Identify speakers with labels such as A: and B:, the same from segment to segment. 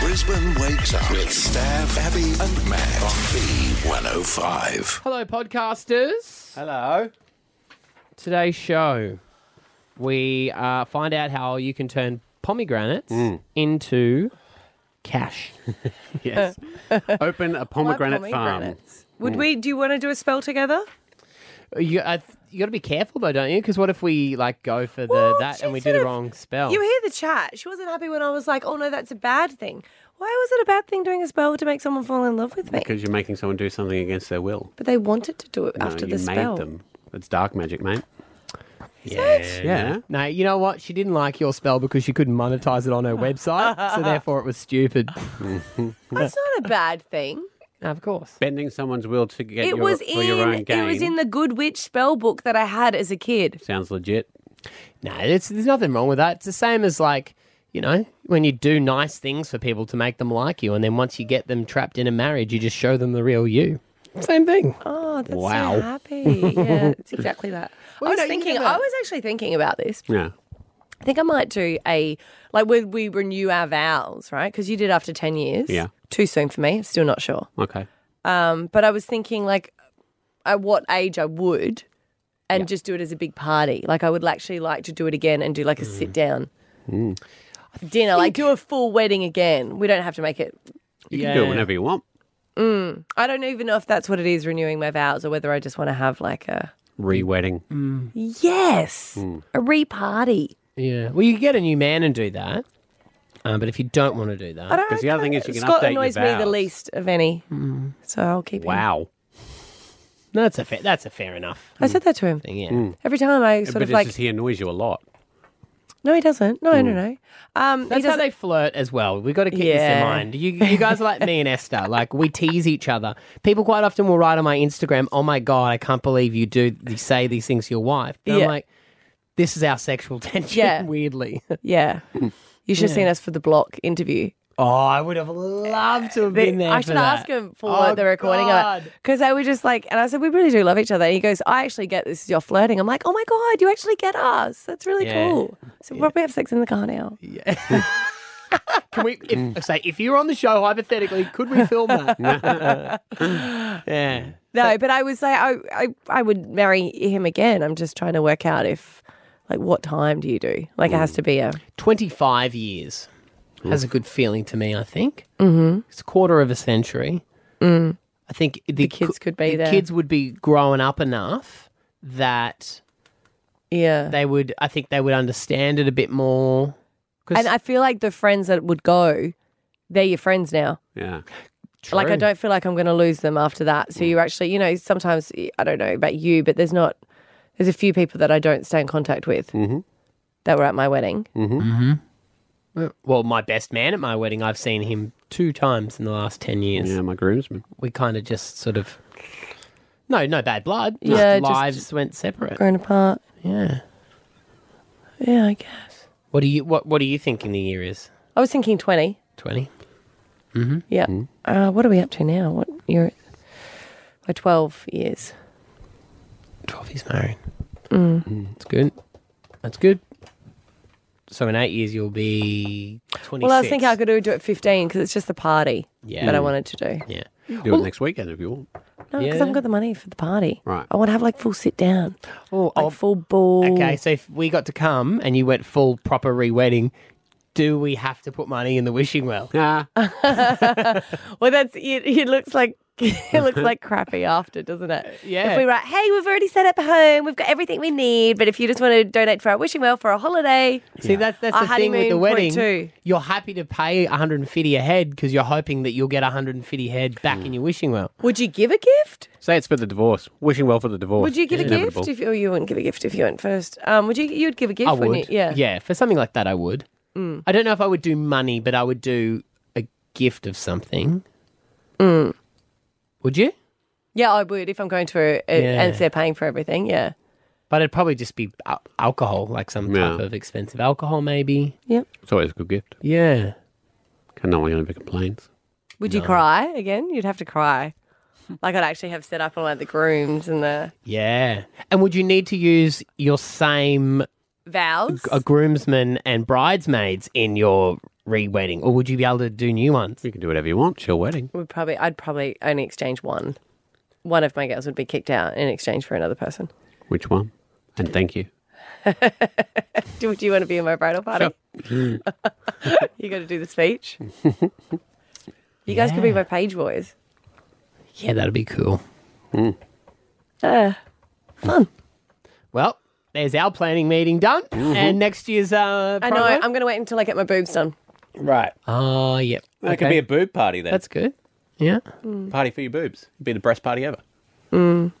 A: Brisbane wakes up with Stav, Abby, and Matt on B105.
B: Hello, podcasters.
C: Hello.
B: Today's show, we uh, find out how you can turn pomegranates
C: Mm.
B: into cash.
C: Yes. Open a pomegranate farm.
D: pomegranates. Would we? Do you want to do a spell together?
B: You, uh, you got to be careful though, don't you? Because what if we like go for the
D: Well,
B: that
D: she
B: and we do
D: sort
B: the
D: of-
B: wrong spell?
D: You hear the chat. She wasn't happy when I was like, "Oh no, that's a bad thing." Why was it a bad thing doing a spell to make someone fall in love with me?
C: Because you're making someone do something against their will.
D: But they wanted to do it after
C: no,
D: the
C: you made
D: spell.
C: them. It's dark magic, mate.
B: yeah.
C: Yeah.
B: No, you know what? She didn't like your spell because she couldn't monetize it on her website, so therefore it was stupid.
D: That's not a bad thing.
B: No, of course.
C: Bending someone's will to get
D: It
C: your,
D: was
C: for
D: in
C: your own gain
D: it was in the Good Witch spell book that I had as a kid.
C: sounds legit.
B: No, it's, there's nothing wrong with that. It's the same as like, you know, when you do nice things for people to make them like you, and then once you get them trapped in a marriage, you just show them the real you. Same thing.
D: Oh, that's
B: Wow.
D: so happy. Yeah, it's exactly that.
B: Well,
D: I was
B: no, you
D: thinking.
B: never-
D: I was actually thinking about this.
C: Yeah.
D: I think I might do a like when we renew our vows, right? Because you did after ten years.
C: Yeah.
D: Too soon for me. Still not sure.
C: Okay.
D: Um, but I was thinking like at what age I would and just do it as a big party. Like I would actually like to do it again and do like a
B: Mm.
D: sit down
C: Mm.
D: dinner. Like do a full wedding again. We don't have to make it. Mm.
C: You can do it whenever you want.
D: I don't even know if that's what it is renewing my vows or whether I just want to have like a
C: Re-wedding.
D: yes,
C: Hmm.
D: a re party.
B: Yeah. Well, you can get a new man and do that. Um, but if you don't want to do that,
D: I don't.
C: 'Cause the other thing is you can
D: Scott
C: update your
D: annoys me
C: vows.
D: the least of any, so I'll keep. him.
C: Wow.
B: no, that's a fair, that's a fair enough
D: I said that to him
B: thing. Yeah.
D: every time. I sort
C: Hmm. But
D: of
C: it's
D: like,
C: just he annoys you a lot.
D: no, he doesn't. No, no, no. Um, he
B: Hmm. That's how
D: doesn't.
B: they flirt as well. We've got to keep this in
D: Yeah.
B: mind. You, you guys are like me and Esther. Like, we tease each other. People quite often will write on my Instagram, Oh my God, I can't believe you do you say these things to your wife. But
D: Yeah.
B: I'm like, This is our sexual tension,
D: Yeah.
B: weirdly.
D: Yeah. You should have seen us for the block interview.
B: oh, I would have loved to have been there.
D: I
B: for
D: should
B: that.
D: ask him for
B: Oh,
D: the recording of
B: God.
D: it. Because they were just like, and I said, we really do love each other. And he goes, I actually get this is your flirting. I'm like, oh my God, you actually get us. That's really
B: Yeah.
D: cool. So we'll probably have sex in the car now.
B: Can we if, say, if you were on the show, hypothetically, could we film that? yeah.
D: No, but I would say I, I, I would marry him again. I'm just trying to work out if, like, what time do you do? Like, it
B: Mm.
D: has to be a.
B: 25 years has a good feeling to me, I think. Mm-hmm. It's a quarter of a century.
D: mm.
B: I think the,
D: kids
B: cou-
D: could be
B: the
D: there.
B: kids would be growing up enough that
D: Yeah.
B: they would, I think they would understand it a bit more.
D: and I feel like the friends that would go, they're your friends now.
C: Yeah.
D: Like I
B: True. Mm.
D: don't feel like I'm going to lose them after that. So you actually, you know, sometimes I don't know about you, but there's not there's a few people that I don't stay in contact with
B: Mm-hmm.
D: that were at my wedding.
C: Mm-hmm.
D: Mm-hmm.
B: Well, my best man at my wedding, I've seen him two times in the last 10 years.
C: Yeah, my groomsman.
B: We kind of just sort of, no, no bad blood.
D: Yeah,
B: just
D: just-
B: lives went separate.
D: Grown apart.
B: Yeah.
D: Yeah, I guess.
B: What do you, what, what do you think in the year is?
D: I was thinking 20.
B: 20?
C: Mm-hmm.
D: Yeah.
B: Mm.
D: Uh, what are we up to now? What year? We're 12 years.
B: 12 he's married.
D: Mm.
C: mm,
B: That's good. That's good. So in eight years, you'll be 26.
D: Well, I was thinking I could do it at 15 because it's just the party
B: Yeah.
D: that I wanted to do.
B: Yeah.
C: Do it next weekend if you want.
D: No, because I
B: Yeah.
D: haven't got the money for the party.
C: Right.
D: I want to have like full sit down,
B: Oh,
D: like full ball.
B: okay. So if we got to come and you went full proper re wedding, do we have to put money in the wishing well?
C: Nah.
D: Well, that's it. It looks like it looks like crappy after, doesn't it?
B: Uh, Yeah.
D: If we write, hey, we've already set up a home, we've got everything we need, but if you just want to donate for our wishing well for a holiday,
B: See, that's that's
D: Our
B: the thing with the
D: honeymoon, point
B: wedding.
D: two.
B: You're happy to pay 150 a head because you're hoping that you'll get 150 head back in your wishing well.
D: would you give a gift?
C: Say it's for the divorce. Wishing well for the
B: Oh,
C: divorce.
D: Would you give
C: It's
D: a
C: inevitable.
D: gift if you, oh, you wouldn't give a gift if you went first? Um, would you? You'd give a gift,
B: I
D: wouldn't
B: would.
D: you? Yeah. Mm.
B: Yeah. For something like that, I would. I don't know if I would do money, but I would do a gift of something.
D: Mm.
B: Would you?
D: Yeah, I would if I'm going to a, a,
B: Yeah.
D: and they're paying for everything. Yeah.
B: But it'd probably just be al- alcohol, like some type
C: Yeah.
B: of expensive alcohol, maybe.
D: Yep.
C: It's always a good gift.
B: Yeah.
C: And no one ever complains.
D: Would you cry again? You'd have to cry. Like I'd actually have set up all like the grooms and the
B: Yeah. And would you need to use your same
D: vows.
B: uh, groomsmen and bridesmaids in your re wedding, or would you be able to do new ones?
C: You can do whatever you want. It's your wedding.
D: Would probably I'd probably only exchange one. One of my girls would be kicked out in exchange for another person.
C: Which one? And thank you.
D: Do, do you want to be in my bridal party? you got to do the speech. You guys could be my page boys.
B: Yeah, that'd be cool.
C: Mm.
D: Uh, fun.
B: Well, there's our planning meeting done,
C: Mm-hmm.
B: and next year's. Uh,
D: I know.
B: promo.
D: I'm going to wait until I get my boobs done.
C: Right.
B: Oh, yep.
C: That could be a boob party then.
B: That's good. Yeah.
D: Mm.
C: party for your boobs. It'd be the best party ever. Mm.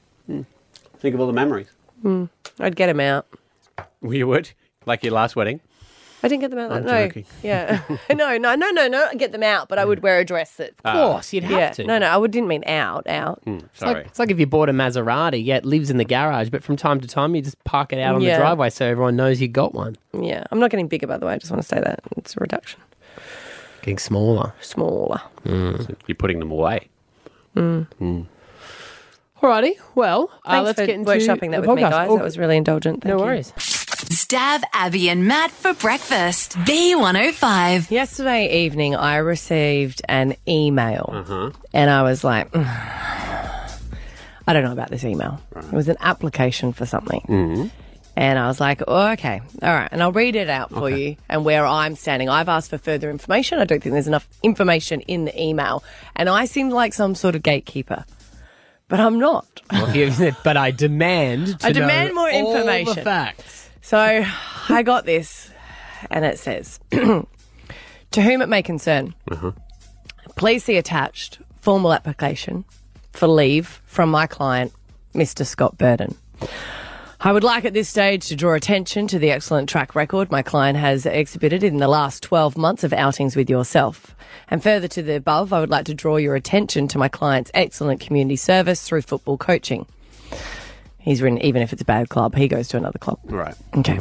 C: Think of all the memories.
D: Mm. I'd get them out.
C: Well, you would. Like your last wedding.
D: I didn't get them out.
C: I'm
D: no.
C: joking.
D: Yeah. no. No. No. No. No. I'd get them out, but I
B: Mm.
D: would wear a dress that.
B: Of course, you'd have
D: yeah.
B: to.
D: No. No. I would, didn't mean out. Out.
B: It's like,
C: Sorry.
B: it's like if you bought a Maserati, yeah, it lives in the garage, but from time to time you just park it out on
D: Yeah.
B: the driveway so everyone knows you got one.
D: Yeah. I'm not getting bigger, by the way. I just want to say that it's a reduction.
B: Getting smaller. Mm.
D: Smaller.
C: So you're putting them away.
B: Alrighty, well, uh,
D: Thanks
B: let's
D: for
B: get into
D: workshopping that
B: the
D: with me,
B: podcast.
D: guys.
B: Oh,
D: that was really indulgent. Thank
B: no
D: you.
B: worries.
E: Stav, Abby, and Matt for breakfast. B105.
D: Yesterday evening, I received an email, and I was like, "Mm, I don't know about this email. It was an application for something. And I was like, oh, okay, all right. And I'll read it out for you and where I'm standing. I've asked for further information. I don't think there's enough information in the email. And I seem like some sort of gatekeeper, but I'm not.
B: Well, you- but I demand. To
D: I demand
B: know
D: more
B: all the
D: information.
B: facts.
D: So I got this, and it says, To whom it may concern,
C: Uh-huh.
D: please see attached formal application for leave from my client, Mr. Scott Burden. I would like at this stage to draw attention to the excellent track record my client has exhibited in the last 12 months of outings with yourself. And further to the above, I would like to draw your attention to my client's excellent community service through football coaching. He's written, even if it's a bad club, he goes to another club.
C: Right.
D: Okay.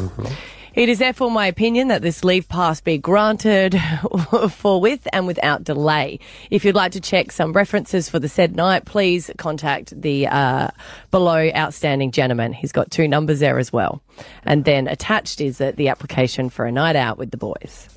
D: It is therefore my opinion that this leave pass be granted forthwith and without delay. If you'd like to check some references for the said night, please contact the uh, below outstanding gentleman. He's got two numbers there as well. And then attached is uh, the application for a night out with the boys.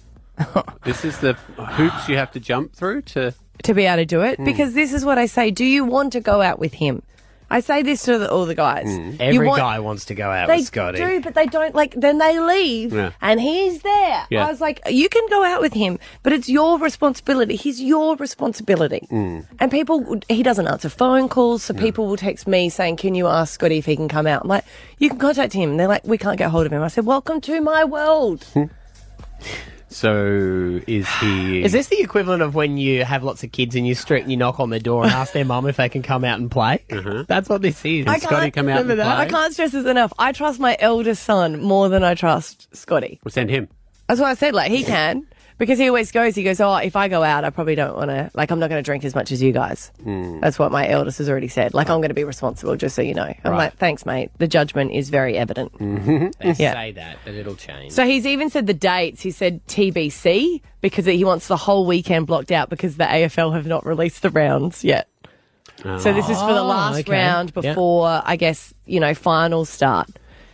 C: This is the hoops you have to jump through to.
D: to be able to do it because this is what I say. Do you want to go out with him? I say this to the, all the guys. You
B: Hmm. Every
D: want-
B: guy wants to go out
D: They
B: with Scotty.
D: do, but they don't like. Then they leave,
C: Yeah.
D: and he's there.
C: Yeah.
D: I was like, you can go out with him, but it's your responsibility. He's your responsibility.
F: Mm.
D: And people, would- he doesn't answer phone calls, so people will text me saying, "Can you ask Scotty if he can come out?" I'm like, you can contact him. And they're like, we can't get hold of him. I said, welcome to my world.
C: So is he?
B: Is this the equivalent of when you have lots of kids in your street and you knock on their door and ask their mum if they can come out and play? That's what this is.
D: I
C: Uh-huh. Scotty
D: can't-
C: come out?
B: remember
C: and
B: that?
D: I
C: play?
D: can't stress this enough. I trust my eldest son more than I trust Scotty.
C: We'll send him.
D: That's what I said. Like he can because he always goes. He goes, oh, if I go out, I probably don't want to. Like I'm not going to drink as much as you guys.
B: Hmm.
C: Hmm.
D: That's what my eldest has already said. Like I'm going to be responsible, just so you know. I'm like, thanks, mate. The judgment is very evident.
B: They
D: Yeah.
B: say that, but it'll change.
D: So he's even said the dates. He said TBC because he wants the whole weekend blocked out because the AFL have not released the rounds yet. So this is for the
B: Oh,
D: last
B: okay.
D: round
B: Yeah.
D: before, I guess, you know, finals start.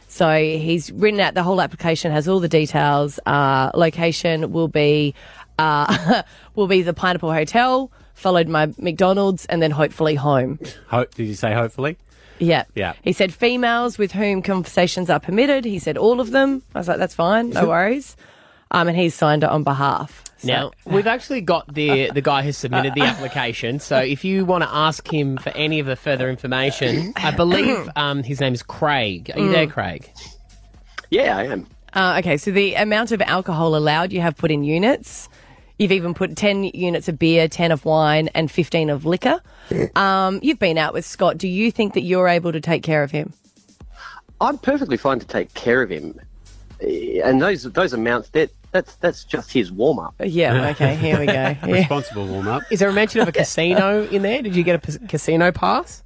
D: So he's written out the whole application, has all the details. Uh, location will be uh, will be the Pineapple Hotel, followed by McDonald's, and then hopefully home.
C: Hope. Did you say hopefully?
D: Yeah.
C: Yeah.
D: He said females with whom conversations are permitted. He said all of them. I was like, that's fine, no worries. Um, and he's signed it on behalf. So-
B: Now we've actually got the the guy who submitted the application. So if you want to ask him for any of the further information, I believe um, his name is Craig. Are you there, Craig?
G: Yeah, I am.
D: Uh, okay, so the amount of alcohol allowed you have put in units. You've even put 10 units of beer, 10 of wine, and 15 of liquor. Um, you've been out with Scott. Do you think that you're able to take care of him?
G: I'm perfectly fine to take care of him, Eh, and those those amounts that that's that's just his warm up.
D: Uh, Yeah, okay, here we go. Yeah.
C: Responsible warm up.
B: Is there a mention of a casino in there? Did you get a p- casino pass?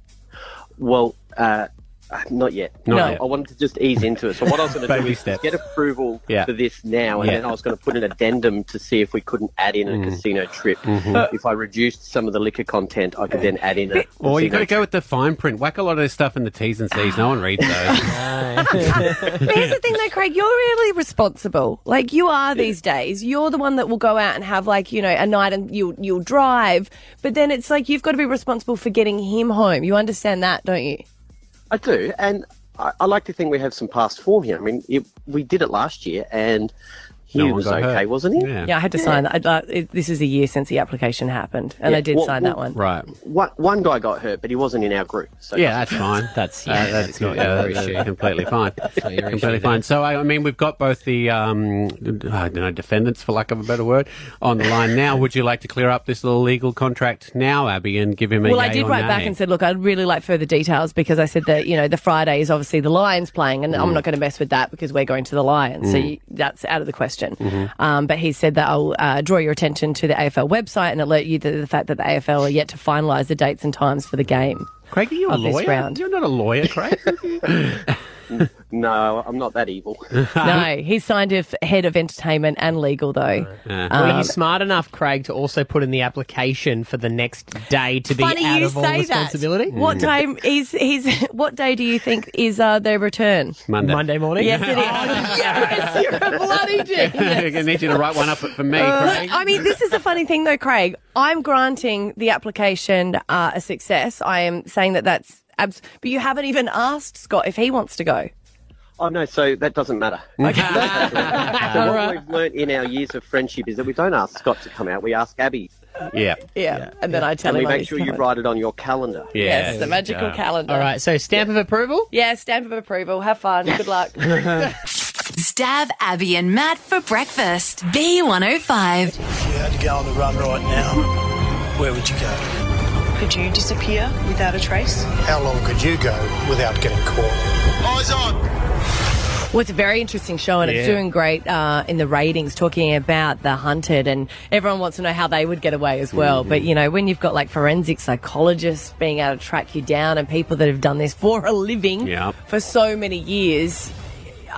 G: Well, uh, Uh, Not yet.
C: Not No. yet.
G: I wanted to just ease into it. So what I was going to do
C: Baby
G: is
C: steps.
G: just get approval
C: Yeah.
G: for this now, and
C: Yeah. Mm.
G: then I was going to put an addendum to see if we couldn't add in a casino trip.
C: Mm-hmm.
G: If I reduced some of the liquor content, I could then add in a.
H: Or you got
G: casino
H: to go with the fine print. Whack a lot of this stuff in the T's and C's. No one reads those.
D: But here's the thing though, Craig, you're really responsible. Like you are these days. You're the one that will go out and have like, you know, a night and you'll you'll drive. But then it's like you've got to be responsible for getting him home. You understand that, don't you?
G: I do, and I, I like to think we have some past form here. I mean, it, we did it last year, and he
H: No one
G: was
H: got
G: okay,
H: hurt.
G: wasn't he?
H: Yeah.
D: Yeah, I had to sign that. I, it, this is a year since the application happened, and I did
G: Well,
D: sign
G: well-
D: that one.
H: Right.
G: One, one guy got hurt, but he wasn't in our group. So
H: Yeah, that's fine.
B: That's-
H: Uh,
B: yeah,
H: that's not
B: your
H: uh,
B: issue.
H: that's completely fine.
B: not your
H: completely
B: issue
H: fine. So I, I mean, we've got both the um, I don't know defendants, for lack of a better word, on the line now. Would you like to clear up this little legal contract now, Abby, and give him a?
D: Well, I
H: yay
D: did
H: or
D: write
H: nay?
D: back and said, look, I'd really like further details because I said that, you know, the Friday is obviously the Lions playing and I'm not going to mess with that because we're going to the Lions. So you, that's out of the question. Um, but he said that I'll uh, draw your attention to the AFL website and alert you to the fact that the AFL are yet to finalise the dates and times for the game.
H: Craig, are you a
D: of this
H: lawyer?
D: round.
H: You're not a lawyer, Craig.
G: no, I'm not that evil.
D: no, he signed as head of entertainment and legal, though. Um,
B: Were you smart enough, Craig, to also put in the application for the next day to be out of all responsibility? Mm. Hmm.
D: What time is he's? What day do you think is uh, their return?
H: Monday.
B: Monday morning?
D: Yes, it is.
B: yes, you're a bloody genius.
H: I need you to write one up for me, Craig.
D: Look, Uh, I mean, this is the funny thing, though, Craig. I'm granting the application uh, a success. I am saying that that's. Abs- but you haven't even asked Scott if he wants to go.
G: oh no, so that doesn't matter. so what we've learnt in our years of friendship is that we don't ask Scott to come out; we ask Abby,
H: Yeah.
D: Yeah. And then I tell
G: and we
D: him. I
G: make
D: need
G: sure
D: to
G: you
D: come.
G: write it on your calendar.
H: Yeah.
D: Yes, the
G: Uh,
D: magical
H: Yeah.
D: calendar.
B: All right, so stamp of approval?
D: Yeah, stamp of approval. Have fun. Good luck.
E: Stab Abby and Matt for breakfast. B105.
I: If you had to go on the run right now, where would you go?
J: Could you disappear without a trace?
I: How long could you go without getting caught? Eyes on!
D: Well, it's a very interesting show, and it's
H: Yeah.
D: doing great uh, in the ratings, talking about the hunted, and everyone wants to know how they would get away as well.
H: Mm-hmm.
D: But you know, when you've got like forensic psychologists being able to track you down, and people that have done this for a living
H: Yeah.
D: for so many years.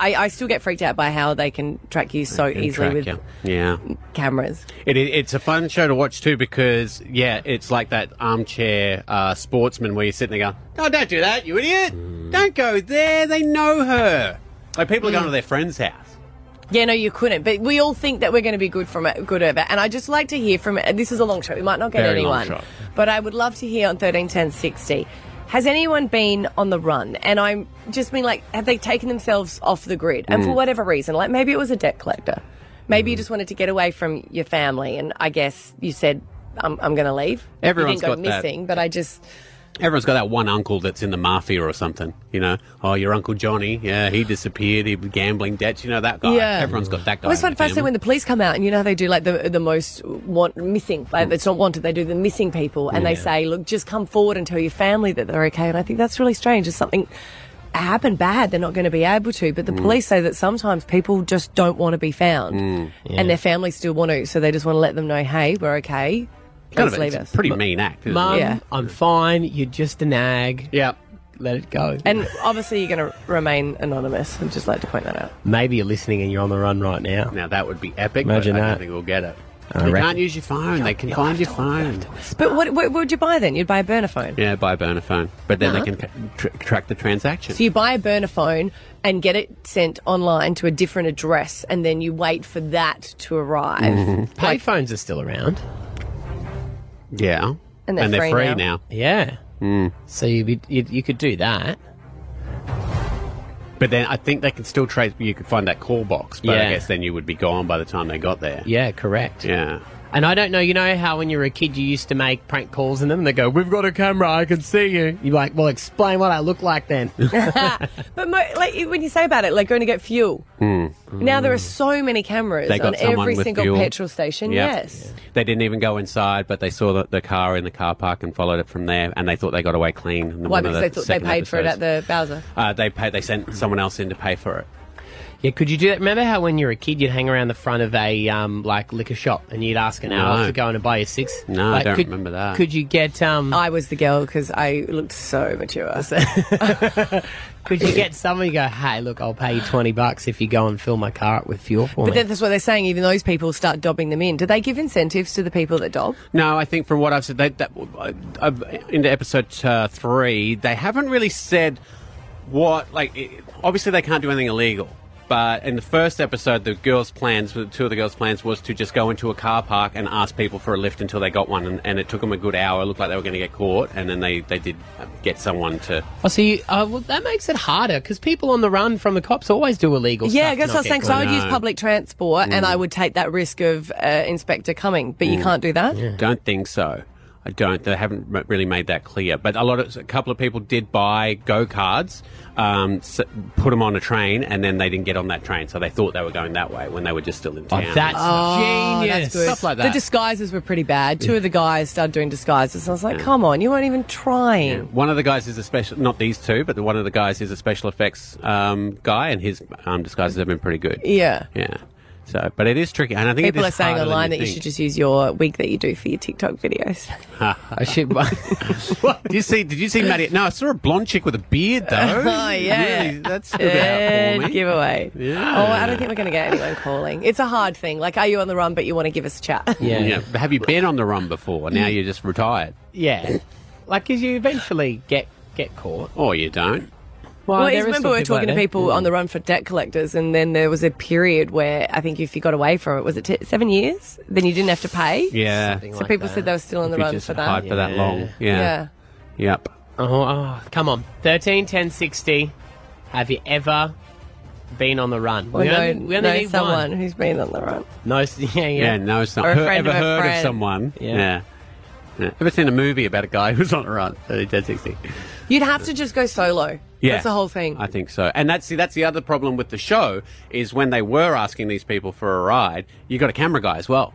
D: I, I still get freaked out by how they can track you so easily
H: Track,
D: with
H: yeah. yeah.
D: cameras.
H: It, it, it's a fun show to watch too because, yeah, it's like that armchair uh, sportsman where you're sitting there going, "Oh, don't do that, you idiot! Don't go there. They know her." Like people are going to their friend's house.
D: Yeah, no, you couldn't. But we all think that we're going to be good from it, good over. And I just like to hear from. and This is a long shot. We might not get
H: Very long
D: anyone,
H: shot.
D: but I would love to hear on thirteen ten sixty. Has anyone been on the run? And I'm just mean like, have they taken themselves off the grid? And
H: Mm.
D: for whatever reason, like maybe it was a debt collector, maybe you just wanted to get away from your family, and I guess you said, "I'm, I'm going to leave."
H: Everyone's
D: you didn't go
H: got that.
D: missing, but I just
H: Everyone's got that one uncle that's in the mafia or something. You know, oh, your uncle Johnny. Yeah, he disappeared. He was gambling debts. You know that guy.
D: Yeah.
H: Everyone's got that guy.
D: Well, it's
H: in
D: fun
H: the
D: fascinating
H: family.
D: when the police come out, and you know how they do like the the most want missing.
H: Mm.
D: Like, It's not wanted. They do the missing people, and they say, "Look, just come forward and tell your family that they're okay." And I think that's really strange. If something happened bad, they're not going to be able to. But the
H: Mm.
D: police say that sometimes people just don't want to be found, and their families still want to, so they just want to let them know, "Hey, we're okay. Please
H: Kind of a-
D: leave
H: it's a
D: us."
H: pretty mean act. Isn't
B: Mum,
H: it?
D: Yeah.
B: I'm fine. You're just a nag.
H: Yeah.
B: Let it go.
D: and obviously, you're going to remain anonymous. I'd just like to point that out.
B: Maybe you're listening and you're on the run right now.
H: Now that would be epic.
B: Imagine
H: but I
B: that.
H: don't think we'll get it.
B: I
H: you
B: reckon-
H: can't use your phone. They can find your phone.
D: But what, what would you buy then? You'd buy a burner phone.
H: Yeah, buy a burner phone, but then they can tr track the transaction.
D: Uh-huh. So you buy a burner phone and get it sent online to a different address, and then you wait for that to arrive.
H: Mm-hmm.
B: Payphones are still around.
H: yeah,
D: And they're free
H: free
D: now.
H: now. Hmm.
B: Yeah. So you'd be, you you could do that.
H: But then I think they can still trace. You could find that call box, but
B: Yeah.
H: I guess then you would be gone by the time they got there.
B: Yeah, correct.
H: yeah.
B: And I don't know, you know how when you were a kid you used to make prank calls in them and they go, We've got a camera, I can see you. You're like, Well, explain what I look like then.
D: But mo- like when you say about it, like going to get fuel.
H: Hmm.
D: Now there are so many cameras
H: They got
D: on
H: someone
D: every
H: with
D: single
H: fuel.
D: petrol station.
H: Yeah.
D: Yes.
H: They didn't even go inside, but they saw the, the car in the car park and followed it from there, and they thought they got away clean. in
D: Why?
H: one of
D: Because
H: the
D: they thought they
H: second
D: paid for it at
H: episodes.
D: the Bowser.
H: Uh, they paid. They sent someone else in to pay for it.
B: Yeah, could you do that? Remember how when you were a kid, you'd hang around the front of a um, like liquor shop and you'd ask an hour
H: No.
B: to go in and buy your six?
H: No, I
B: Like,
H: don't
B: could-
H: remember that.
B: Could you get um?
D: I was the girl because I looked so mature.
B: could you get someone to go? Hey, look, I'll pay you twenty bucks if you go and fill my car up with fuel for
D: But
B: me.
D: then that's what they're saying. Even those people start dobbing them in. Do they give incentives to the people that dob?
H: No, I think from what I've said, they, that uh, uh, into episode uh, three, they haven't really said what. Like, it, obviously, they can't do anything illegal. But in the first episode, the girls' plans, two of the girls' plans, was to just go into a car park and ask people for a lift until they got one, and, and it took them a good hour. It looked like they were going to get caught, and then they they did uh, get someone to.
B: oh, so you, uh, well, that makes it harder because people on the run from the cops always do illegal
D: Yeah,
B: stuff.
D: I
B: to
D: guess
B: not
D: I was
B: get
D: saying because I would
H: caught.
D: use
H: No.
D: public transport and I
H: Mm.
D: would take that risk of uh, inspector coming. But
B: Mm.
D: you can't do that.
H: Don't think so. I don't. They haven't m- really made that clear. But a lot of a couple of people did buy go cards, um, s put them on a train, and then they didn't get on that train, so they thought they were going that way when they were just still in town.
B: that's
D: Oh,
B: genius.
D: that's good.
B: Stuff like
D: The
B: that.
D: disguises were pretty bad. Two of the guys started doing disguises. And I was like, come on, you weren't even trying.
H: one of the guys is a special, not these two, but the one of the guys is a special effects um, guy, and his um, disguises have been pretty good.
D: Yeah.
H: yeah. So, but it is tricky, and I think it
D: People
H: is
D: are saying
H: harder than
D: online that you
H: think.
D: should just use your wig that you do for your TikTok videos.
B: I should.
H: What? Did you see? Did you see Maddie? No, I saw a blonde chick with a beard though.
D: Oh, yeah.
H: Really, that's stood out for
D: Dead
H: me.
D: giveaway.
H: Yeah.
D: Oh, I don't think we're going to get anyone calling. It's a hard thing. Like, are you on the run, but you want to give us a chat?
B: yeah.
H: Yeah. but Have you been on the run before? Now you're just retired.
B: Yeah. Like, because you eventually get get caught.
H: Or Oh, you don't.
D: Well,
B: there
D: you
B: is
D: remember
B: still
D: we were
B: people out
D: talking to
B: there.
D: people on the run for debt collectors, and then there was a period where I think if you got away from it, was it t- seven years? Then you didn't have to pay.
H: Yeah.
D: So
B: like
D: people
B: that.
D: said they were still on the
H: If you
D: run
H: just
D: for that.
H: hide for that
B: Yeah.
H: long.
D: yeah.
H: Yeah. Yep.
B: Oh, oh, come on. 13, 10, 60. Have you ever been on the run?
D: Or
B: we
D: know,
B: only, we only
D: know
B: need
D: someone
B: one.
D: who's been on the run.
B: No, s- yeah, yeah.
H: Yeah. No, it's not.
D: Or a
H: Who
D: friend
H: ever
D: of a
H: heard
D: friend.
H: of someone?
B: Yeah.
H: Yeah. Yeah. Ever seen a movie about a guy who's on a run? Uh, Dead 60.
D: You'd have to just go solo.
H: Yeah.
D: That's the whole thing.
H: I think so. And that's see, that's the other problem with the show is when they were asking these people for a ride, you got a camera guy as well.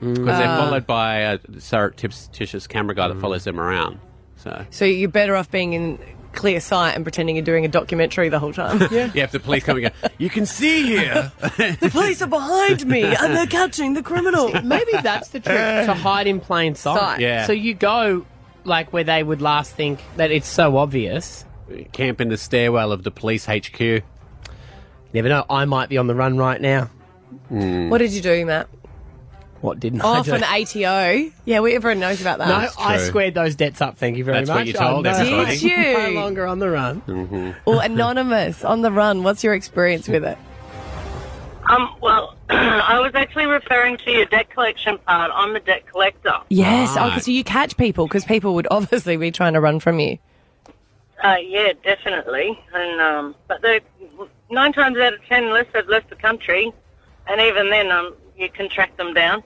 B: Mm.
H: Because they're
D: Ah.
H: followed by a surreptitious camera
B: Mm.
H: guy that follows them around. So
D: so you're better off being in clear sight and pretending you're doing a documentary the whole time.
H: yeah, if the police come and go, you can see here.
D: the police are
K: Mm-hmm.
D: behind me and they're catching the criminal.
B: Maybe that's the trick to hide in plain sight.
D: Sight.
H: Yeah.
B: So you go like where they would last think that it's so obvious.
H: camp in the stairwell of the police HQ.
B: You never know. I might be on the run right now.
H: Hmm.
D: What did you do, Matt?
B: What didn't I
D: Oh,
B: do?
D: for an ATO. Yeah, we, everyone knows about that.
B: no, I
H: true.
B: squared those debts up. Thank you very
H: That's
B: much.
H: what you told
B: I'm no-
H: everybody. Mm-hmm.
D: Did you?
B: I'm No longer on the run.
D: or anonymous on the run. What's your experience with it?
F: Um, well, I was actually referring to your debt collection part. I'm a debt collector.
D: Yes. Oh,
H: Right.
D: 'cause so you catch people because people would obviously be trying to run from you.
F: Uh, yeah, definitely. And um, but they nine times out of ten, unless they've left the country, and even then, um, you can track them down.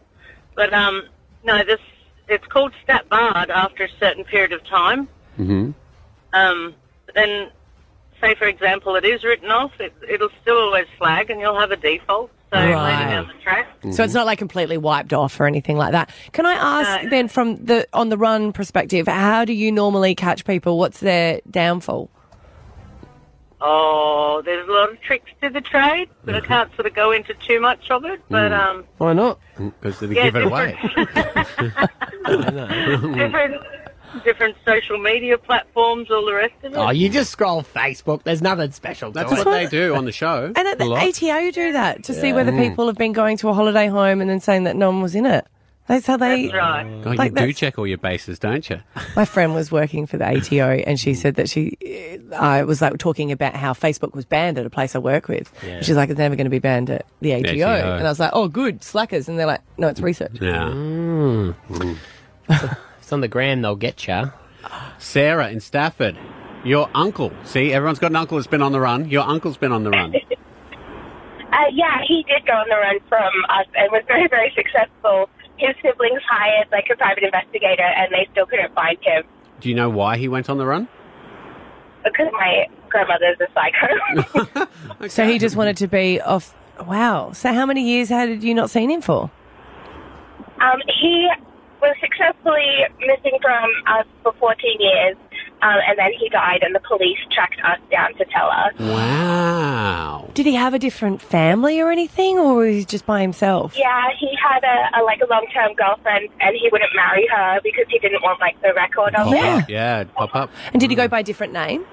F: But um, no, this it's called stat barred after a certain period of time. Mm-hmm. Um, but then, say for example, it is written off. It, it'll still always flag, and you'll have a default. So
D: Right.
F: later down the track,
D: So it's not like completely wiped off or anything like that. Can I ask
F: No.
D: then, from the on the run perspective, how do you normally catch people? What's their downfall?
F: oh, there's a lot of tricks to the trade, but
H: Mm-hmm.
F: I can't sort of go into too much of it. But um,
B: Why not?
H: Because Mm. they
F: yeah,
H: give it away.
F: different- different different social media platforms, all the rest of it.
B: Oh, you just scroll Facebook. There's nothing special.
H: That's
B: to it.
H: what they do on the show.
D: And at
H: a
D: the
H: lot.
D: ATO do that to see whether people have been going to a holiday home and then saying that no one was in it. That's how they.
F: That's right.
H: God,
D: like
H: you do
D: that's-
H: check all your bases, don't you?
D: My friend was working for the ATO and she said that she, I was like talking about how Facebook was banned at a place I work with. She's like, it's never going to be banned at the ATO.
H: ATO.
D: And I was like, oh, good, slackers. And they're like, no, it's research.
H: Yeah.
B: Mm. If It's on the gram. They'll get you.
H: Sarah in Stafford, your uncle. See, everyone's got an uncle that's been on the run. Your uncle's been on the run.
F: Uh, yeah, he did go on the run from us and was very, very successful. His siblings hired like a private investigator, and they still couldn't find him
H: Do you know why he went on the run?
F: because my grandmother's a psycho.
D: So he just wanted to be off. Wow. So how many years had you not seen him for?
F: um, he was successfully missing from us for 14 years,
L: Um, and then he died, and the police tracked us down to tell us.
H: Wow.
D: Did he have a different family or anything, or was he just by himself?
L: Yeah, he had a, a like a long term girlfriend, and he wouldn't marry her because he didn't want like the record of
D: Oh.
H: Pop
L: it.
H: up. Yeah, it'd pop up.
D: And did he go by a different name?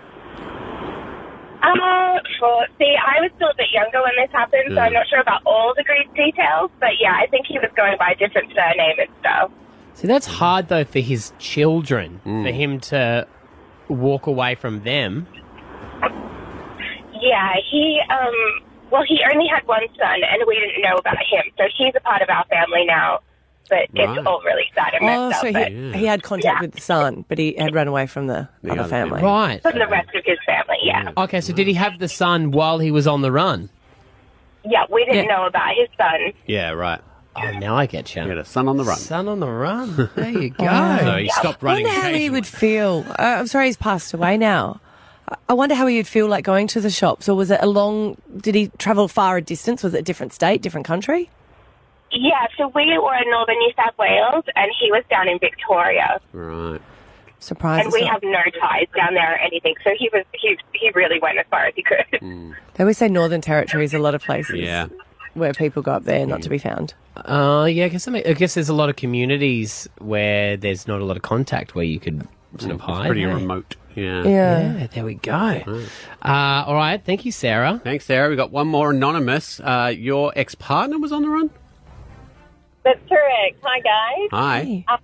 L: Uh, for, see, I was still a bit younger when this happened, so I'm not sure about all the great details. But yeah, I think he was going by a different surname and stuff.
B: See, that's hard though for his children,
H: Mm.
B: for him to walk away from them.
L: Yeah, he um well he only had one son and we didn't know about him, so he's a part of our family now. But
D: Right.
L: it's all really sad and
D: Oh,
L: messed
D: so
L: up.
D: he,
L: but
D: he had contact with the son, but he had run away from the, other,
B: other family.
D: family.
B: Right.
L: from the rest of his family, yeah.
H: Mm.
B: Okay, so did he have the son while he was on the run?
L: Yeah, we didn't know about his son.
H: Yeah, right.
B: Oh, now I get you. You
H: had a son on the run.
B: Son on the run. There you go.
H: So he stopped running.
D: I wonder how he would feel. Uh, I'm sorry he's passed away now. I- I wonder how he would feel like going to the shops, or was it a long? Did he travel far a distance? Was it a different state, different country?
L: Yeah, so we were in northern New South Wales and he was down in Victoria.
H: Right.
D: Surprise!
L: and
D: it's
L: we
D: not-
L: have no ties down there or anything. So he was he he really went as far as he could.
D: They always say Northern Territory is a lot of places.
B: Yeah.
D: Where people go up there, not to be found.
B: Uh, yeah, I guess, I, mean, I guess there's a lot of communities where there's not a lot of contact where you could sort of hide.
H: Mm, pretty
B: eh?
H: remote. Yeah.
B: Yeah. there we go. Uh, all right. Thank you, Sarah.
H: Thanks, Sarah. We got one more anonymous. Uh, your ex partner was on the run?
M: That's correct. Hi, guys.
H: Hi. Hey.
M: Um,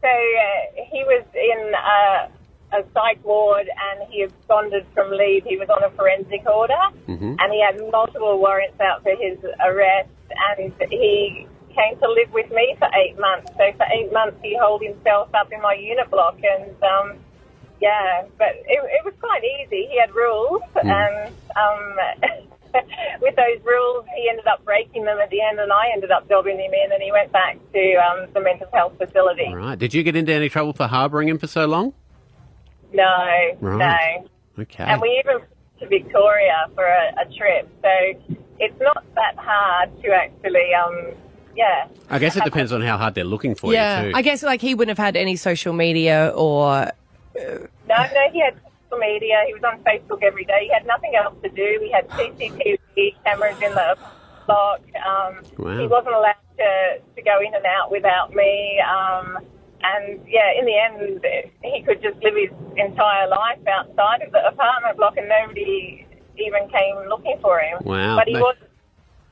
M: so uh, he was in uh, a psych ward and he absconded from leave. He was on a forensic order
D: Mm-hmm.
N: Mhm.
M: and he had multiple warrants out for his arrest. And he came to live with me for eight months. So for eight months, he holed himself up in my unit block. And um, yeah, but it, it was quite easy. He had rules
H: Hmm.
N: Mhm.
M: and. Um, with those rules, he ended up breaking them at the end, and I ended up dobbing him in, and he went back to um, the mental health facility.
H: Right. Did you get into any trouble for harbouring him for so long?
M: No,
H: Right.
M: no.
H: Okay.
M: And we even went to Victoria for a, a trip, so it's not that hard to actually, um, yeah.
H: I guess it depends on how hard they're looking for
D: yeah,
H: you, too.
D: I guess like he wouldn't have had any social media or
M: No, no, he had social media. He was on Facebook every day. He had nothing else to do. We had CCTV cameras in the block. Um,
N: Wow.
M: He wasn't allowed to, to go in and out without me. Um, and yeah, in the end, he could just live his entire life outside of the apartment block, and nobody even came looking for him.
N: Wow.
M: But he
N: They-
M: was,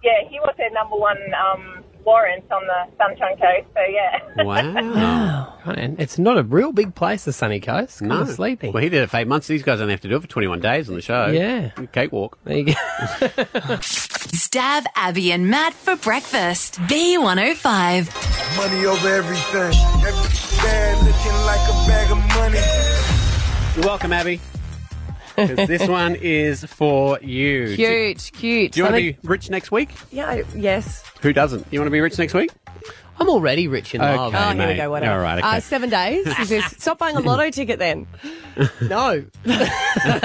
M: yeah, he was their number one um, warrant on the Sunshine Coast. So yeah.
H: Wow.
B: God, and it's not a real big place, the sunny coast. Kind
H: No.
B: of sleepy.
H: Well, he did it for eight months. These guys don't have to do it for 21 days on the show.
B: Yeah.
H: Cakewalk.
B: There you go.
E: Stab Abby and Matt for breakfast. B105.
O: Money over everything. That bitch bad, looking like a bag of money.
H: You're welcome, Abby. 'Cause this one is for you.
D: cute, cute.
H: Do you want to
D: Something-
H: be rich next week?
D: Yeah, I- yes.
H: Who doesn't? You want to be rich next week?
B: I'm already rich in
D: oh,
H: love.
D: here we
H: mate.
D: go. Whatever.
H: All right. Okay.
D: Uh, seven days. Is this- Stop buying a lotto ticket then.
B: no.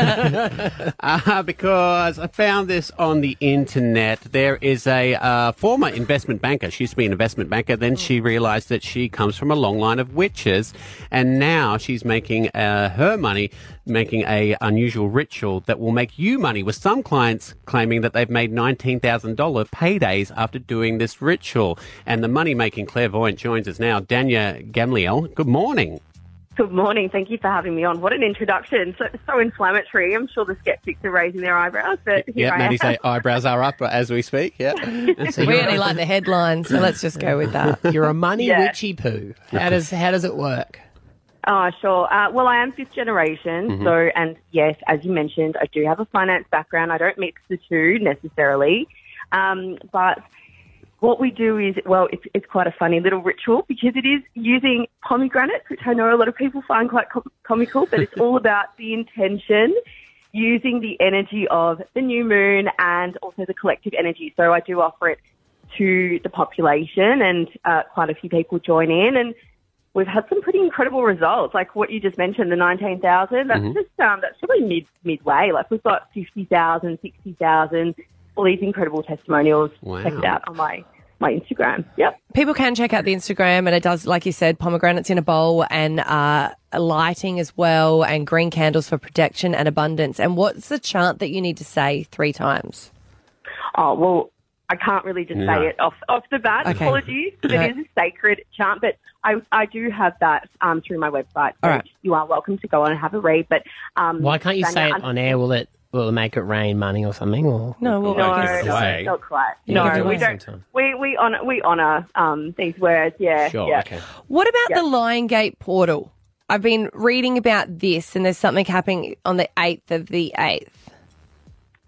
H: Uh, because I found this on the internet. There is a uh, former investment banker. She used to be an investment banker. Then she realized that she comes from a long line of witches. And now she's making uh, her money, making a unusual ritual that will make you money, with some clients claiming that they've made $19,000 paydays after doing this ritual. And the money making clairvoyant joins us now, Danya Gamliel. Good morning.
P: Good morning. Thank you for having me on. What an introduction. So, so inflammatory. I'm sure the skeptics are raising their eyebrows, but here
H: yeah,
P: I am.
H: Maddie's eyebrows are up as we speak. Yeah.
D: we only like the headline, so let's just go with that.
B: You're a money
P: Yeah.
B: witchy poo. How does how does it work?
P: Oh, sure. Uh, well, I am fifth generation.
B: Mhm.
P: So, and yes, as you mentioned, I do have a finance background. I don't mix the two necessarily. Um, but what we do is, well, it's, it's quite a funny little ritual because it is using pomegranates, which I know a lot of people find quite com- comical, but it's all about the intention using the energy of the new moon and also the collective energy. So I do offer it to the population and uh, quite a few people join in and we've had some pretty incredible results. Like what you just mentioned, the 19,000, that's
N: Mhm.
P: just, um, that's probably mid, midway. Like we've got 50,000, 60,000, all these incredible testimonials.
H: Wow.
P: Check it out on my my Instagram. Yep.
D: People can check out the Instagram, and it does, like you said, pomegranates in a bowl and uh, lighting as well, and green candles for protection and abundance. And what's the chant that you need to say three times?
P: Oh well, I can't really just
D: No.
P: say it off off the bat.
D: Okay.
P: Apologies, because
D: No.
P: it is a sacred chant, but I I do have that um, through my website. So
B: All right.
P: You are welcome to go on and have a read. But um,
B: Why can't you
P: Daniel,
B: say it
P: I'm-
B: on air? Will it will it make it rain money or something? Or
D: no,
P: No, no, not quite.
B: You can
P: No,
B: do
P: we
B: it
P: don't.
B: sometime.
P: We we honor we honor um, these words. Yeah. yeah.
D: What about the Lion Gate portal? I've been reading about this, and there's something happening on the 8th of the 8th.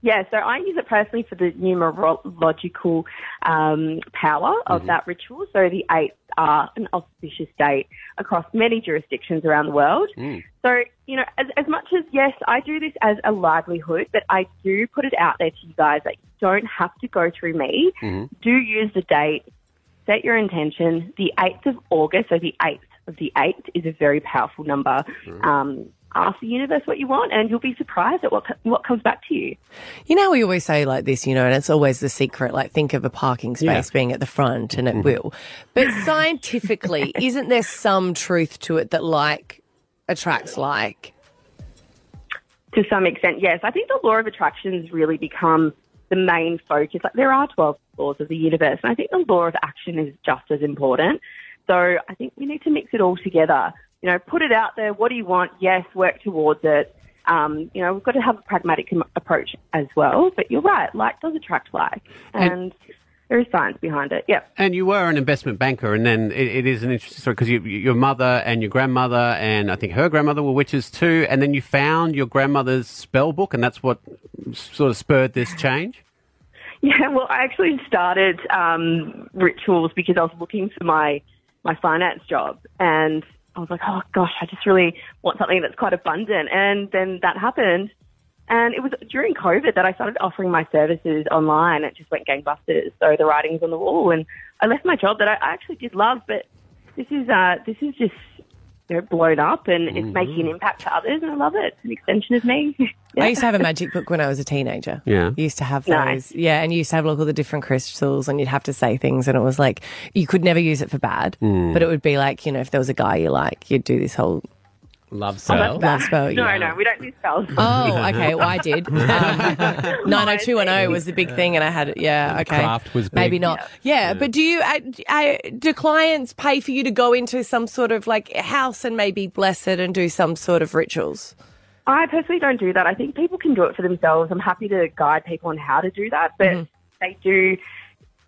P: Yeah, so I use it personally for the numerological um, power of
B: Mm-hmm.
D: Mhm.
P: that ritual. So the eights are an auspicious date across many jurisdictions around the world.
B: Mm.
P: So, you know, as, as much as, yes, I do this as a livelihood, but I do put it out there to you guys that you don't have to go through me.
D: Mm-hmm.
P: Do use the date, set your intention. The 8th of August, so the 8th of the 8th is a very powerful number. Um, ask the universe what you want, and you'll be surprised at what, co- what comes back to you.
D: You know, we always say like this, you know, and it's always the secret. Like, think of a parking space
P: Yeah.
D: being at the front, and it will. But scientifically, isn't there some truth to it that like attracts like?
P: to some extent, yes. I think the law of attraction's really become the main focus. Like there are twelve laws of the universe, and I think the law of action is just as important. So I think we need to mix it all together. You know, put it out there. What do you want? Yes, work towards it. Um, you know, we've got to have a pragmatic com- approach as well. But you're right, like does attract like, and, there is science behind it. Yep.
H: And you were an investment banker, and then it, it is an interesting story because you, you- your mother and your grandmother, and I think her grandmother were witches too, and then you found your grandmother's spell book, and that's what sort of spurred this change.
P: Yeah, well, I actually started um, rituals because I was looking for my my finance job, and I was like, oh gosh, I just really want something that's quite abundant. And then that happened, and it was during COVID that I started offering my services online. It just went gangbusters. So the writing's on the wall, and I left my job that I I actually did love, but this is uh, this is just you know, blown up, and it's making an impact to others, and I love it. It's an extension of me.
D: I used to have a magic book when I was a teenager.
H: Yeah.
D: You used to have those.
P: Nice.
D: Yeah. And you used to have like all the different crystals and you'd have to say things. And it was like, you could never use it for bad,
B: Mm.
D: but it would be like, you know, if there was a guy you like, you'd do this whole
B: Love
D: Oh,
B: spell.
D: that's bad. Love spell,
P: No,
D: yeah.
P: no, we don't do spells.
D: Oh, okay. Well, I did. Um, 90210 was the big thing, and I had it. Yeah, okay.
B: craft was
D: Maybe
B: big.
D: not. Yeah, but do you, uh, d- uh, do clients pay for you to go into some sort of like house and maybe bless it and do some sort of rituals?
P: I personally don't do that. I think people can do it for themselves. I'm happy to guide people on how to do that, but they do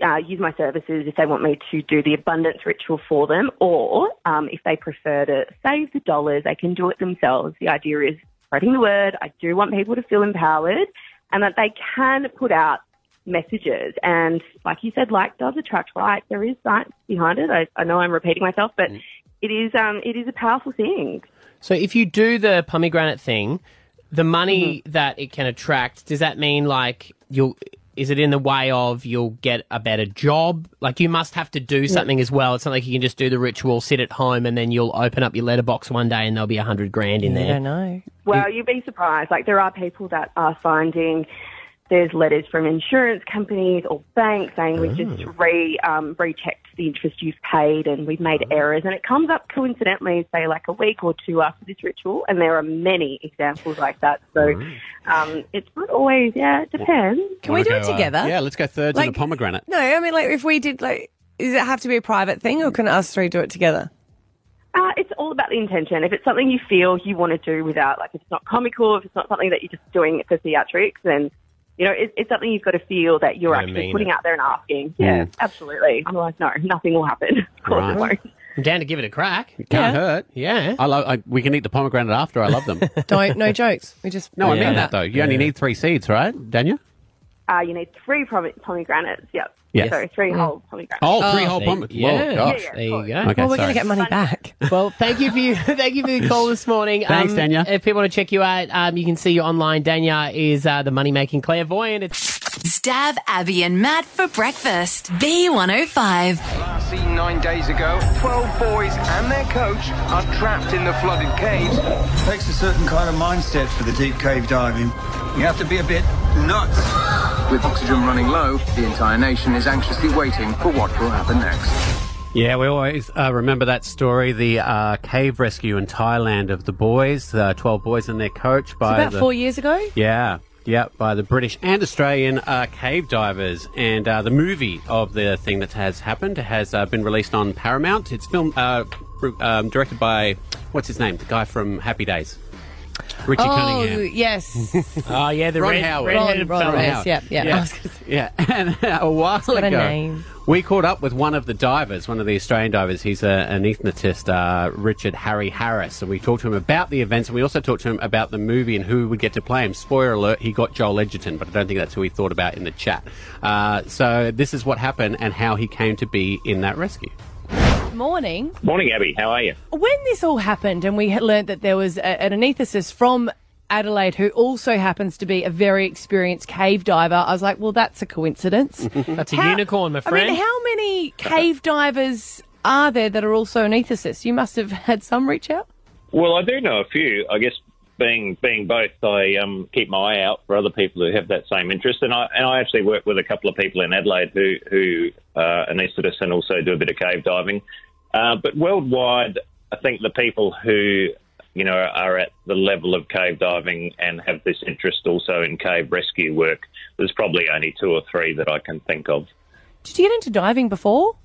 P: uh, use my services if they want me to do the abundance ritual for them, or um, if they prefer to save the dollars, they can do it themselves. The idea is spreading the word. I do want people to feel empowered and that they can put out messages. And like you said, like does attract like. There is science behind it. I, I know I'm repeating myself, but it is um, it is a powerful thing.
B: So if you do the pomegranate thing, the money
P: Mm-hmm.
B: that it can attract, does that mean like you'll is it in the way of you'll get a better job? Like you must have to do something as well. It's not like you can just do the ritual, sit at home, and then you'll open up your letterbox one day and there'll be a hundred grand in
P: Yeah, I
B: there.
P: don't
D: know.
P: Well, you'd be surprised. Like there are people that are finding there's letters from insurance companies or banks saying we've just re um, rechecked the interest you've paid and we've made errors, and it comes up coincidentally, say like a week or two after this ritual, and there are many examples like that. So um, it's not always. Yeah, it depends.
D: Can we do it together?
H: yeah, let's go thirds
D: Like-
H: on the pomegranate.
D: No, I mean, like if we did, like, does it have to be a private thing or can us three do it together?
P: Uh, it's all about the intention. If it's something you feel you want to do without, like, if it's not comical, if it's not something that you're just doing for theatrics, then, you know, it, it's something you've got to feel that you're
B: Gotta
P: actually
B: mean
P: putting
B: it.
P: out there and asking. Yeah,
B: Mm.
P: absolutely. I'm like, no, nothing will happen. Of course it
H: Right.
P: won't.
B: I'm down to give it a crack.
H: It can't hurt.
B: Yeah,
H: I love. I, we can eat the pomegranate after. I love them.
D: Don't, no jokes. We just,
H: No, I mean
D: Yeah.
H: that though. You only
B: Yeah.
H: need three seeds, right, Daniel?
P: Uh, you need three prom- pomegranates. Yep.
H: Yes.
P: So three whole pomegranates.
H: Oh, three whole pomegranates.
B: Yeah.
H: Whoa, gosh.
B: There you go.
H: Okay, Well, we're gonna sorry. get
D: money back.
B: Well, thank you for you, thank you for your call this morning. Um,
H: Thanks, Danya.
B: If people want to check you out, um, you can see you online. Danya is uh, the money making clairvoyant. It's
E: Stab Abby and Matt for breakfast. B105.
N: Last seen nine days ago, 12 boys and their coach are trapped in the flooded caves.
Q: takes a certain kind of mindset for the deep cave diving. You have to be a bit nuts.
N: With oxygen running low, the entire nation is anxiously waiting for what will happen next.
H: Yeah, we always uh, remember that story the uh, cave rescue in Thailand of the boys, uh, 12 boys and their coach by
D: About
H: the,
D: four years ago?
H: Yeah, yeah, by the British and Australian uh, cave divers. And uh, the movie of the thing that has happened has uh, been released on Paramount. It's film uh, re- um, directed by, what's his name? The guy from Happy Days. Richie
D: oh,
H: Cunningham.
D: yes.
H: Oh, yeah, the
D: Ron
H: red,
D: Howard.
H: redheaded
D: Ron- Ron,
H: fella.
D: yes, yep, yeah. I
H: Yeah,
D: was gonna
H: yeah. and uh, a while
D: got a
H: ago,
D: name.
H: we caught up with one of the divers, one of the Australian divers. He's a, an ethnotist, uh, Richard Harry Harris. So we talked to him about the events, and we also talked to him about the movie and who would get to play him. Spoiler alert, he got Joel Edgerton, but I don't think that's who he thought about in the chat. Uh, so this is what happened and how he came to be in that rescue.
D: Morning.
Q: Morning, Abby. How are you?
D: When this all happened, and we had learned that there was a, an anaesthetist from Adelaide who also happens to be a very experienced cave diver, I was like, well, that's a coincidence.
B: That's
D: How-
B: a unicorn, my friend.
D: I mean, how many cave divers are there that are also anaesthetists? You must have had some reach out.
Q: Well, I do know a few. I guess being being both, I um, keep my eye out for other people who have that same interest, and I and I actually work with a couple of people in Adelaide who who uh, anaesthetists and also do a bit of cave diving. Uh, but worldwide, I think the people who you know are at the level of cave diving and have this interest also in cave rescue work, there's probably only two or three that I can think of.
D: Did you get into diving before?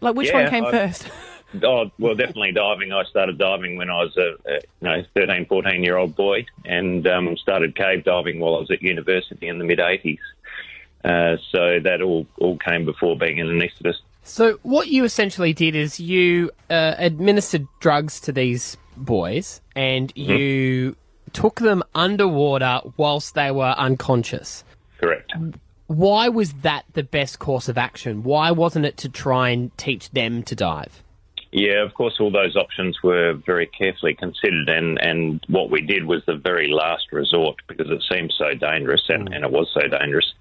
D: Like, which
Q: Yeah,
D: one came
Q: I-
D: first?
Q: Oh, well, definitely diving. I started diving when I was a, a you know, 13, 14 year old boy and um, started cave diving while I was at university in the mid 80s. Uh, so that all, all came before being an anaesthetist.
B: So what you essentially did is you uh, administered drugs to these boys, and you took them underwater whilst they were unconscious.
Q: Correct.
B: Why was that the best course of action? Why wasn't it to try and teach them to dive?
Q: Yeah, of course, all those options were very carefully considered, and, and what we did was the very last resort because it seemed so dangerous, and, and it was so dangerous.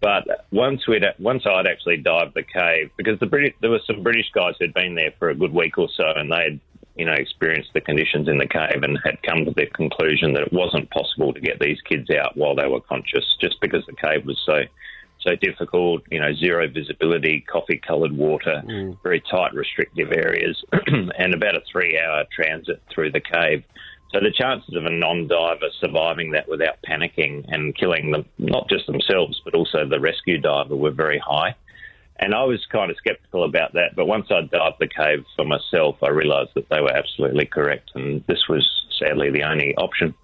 Q: But once we'd once I'd actually dived the cave because the British, there were some British guys who'd been there for a good week or so, and they'd you know experienced the conditions in the cave and had come to the conclusion that it wasn't possible to get these kids out while they were conscious, just because the cave was so so difficult, you know, zero visibility, coffee coloured water, very tight, restrictive areas, and about a three hour transit through the cave. So the chances of a non diver surviving that without panicking and killing them, not just themselves, but also the rescue diver, were very high. And I was kind of skeptical about that, but once I dived the cave for myself, I realised that they were absolutely correct, and this was sadly the only option.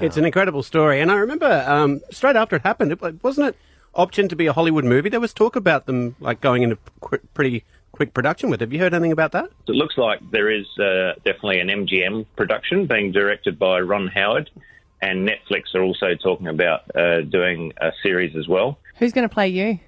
H: It's an incredible story, and I remember um, straight after it happened, it like, wasn't it optioned to be a Hollywood movie? There was talk about them like going into qu- pretty quick production with. it. Have you heard anything about that?
Q: It looks like there is uh, definitely an MGM production being directed by Ron Howard, and Netflix are also talking about uh, doing a series as well.
D: Who's going to play you?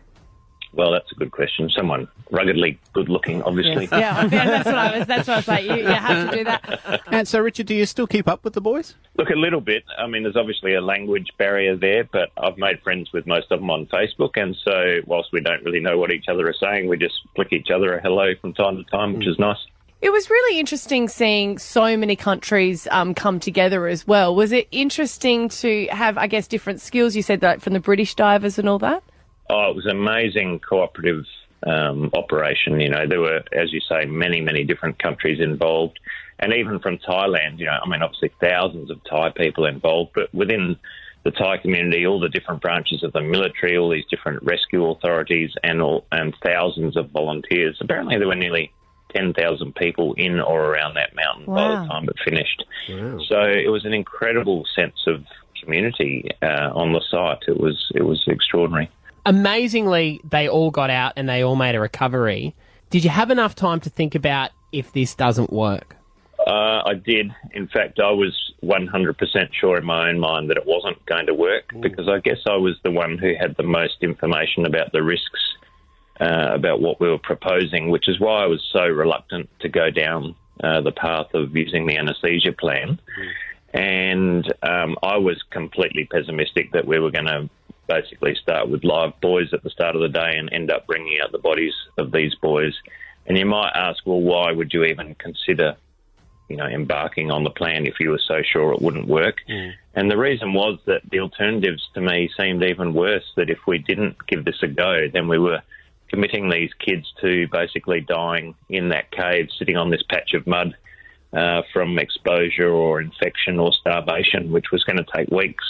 Q: Well, that's a good question. Someone ruggedly good looking, obviously.
D: Yes. Yeah, I- yeah, that's what I was. That's what I was like. You, you have to do that.
H: And so, Richard, do you still keep up with the boys?
Q: Look, a little bit. I mean, there's obviously a language barrier there, but I've made friends with most of them on Facebook. And so, whilst we don't really know what each other are saying, we just flick each other a hello from time to time, which is nice.
D: It was really interesting seeing so many countries um, come together as well. Was it interesting to have, I guess, different skills? You said that from the British divers and all that.
Q: Oh, it was an amazing cooperative um, operation. You know, there were, as you say, many, many different countries involved. And even from Thailand, you know, I mean, obviously thousands of Thai people involved, but within the Thai community, all the different branches of the military, all these different rescue authorities, and, all, and thousands of volunteers. Apparently, there were nearly 10,000 people in or around that mountain by
K: Wow.
Q: the time it finished. So it was an incredible sense of community uh, on the site. It was, it was extraordinary.
B: Amazingly, they all got out and they all made a recovery. Did you have enough time to think about if this doesn't work?
Q: Uh, I did. In fact, I was 100% sure in my own mind that it wasn't going to work because I guess I was the one who had the most information about the risks, uh, about what we were proposing, which is why I was so reluctant to go down uh, the path of using the anaesthesia plan. And um, I was completely pessimistic that we were going to basically start with live boys at the start of the day and end up bringing out the bodies of these boys. And you might ask, well, why would you even consider you know, embarking on the plan if you were so sure it wouldn't work.
H: Mm.
Q: And the reason was that the alternatives to me seemed even worse that if we didn't give this a go, then we were committing these kids to basically dying in that cave, sitting on this patch of mud uh, from exposure or infection or starvation, which was going to take weeks.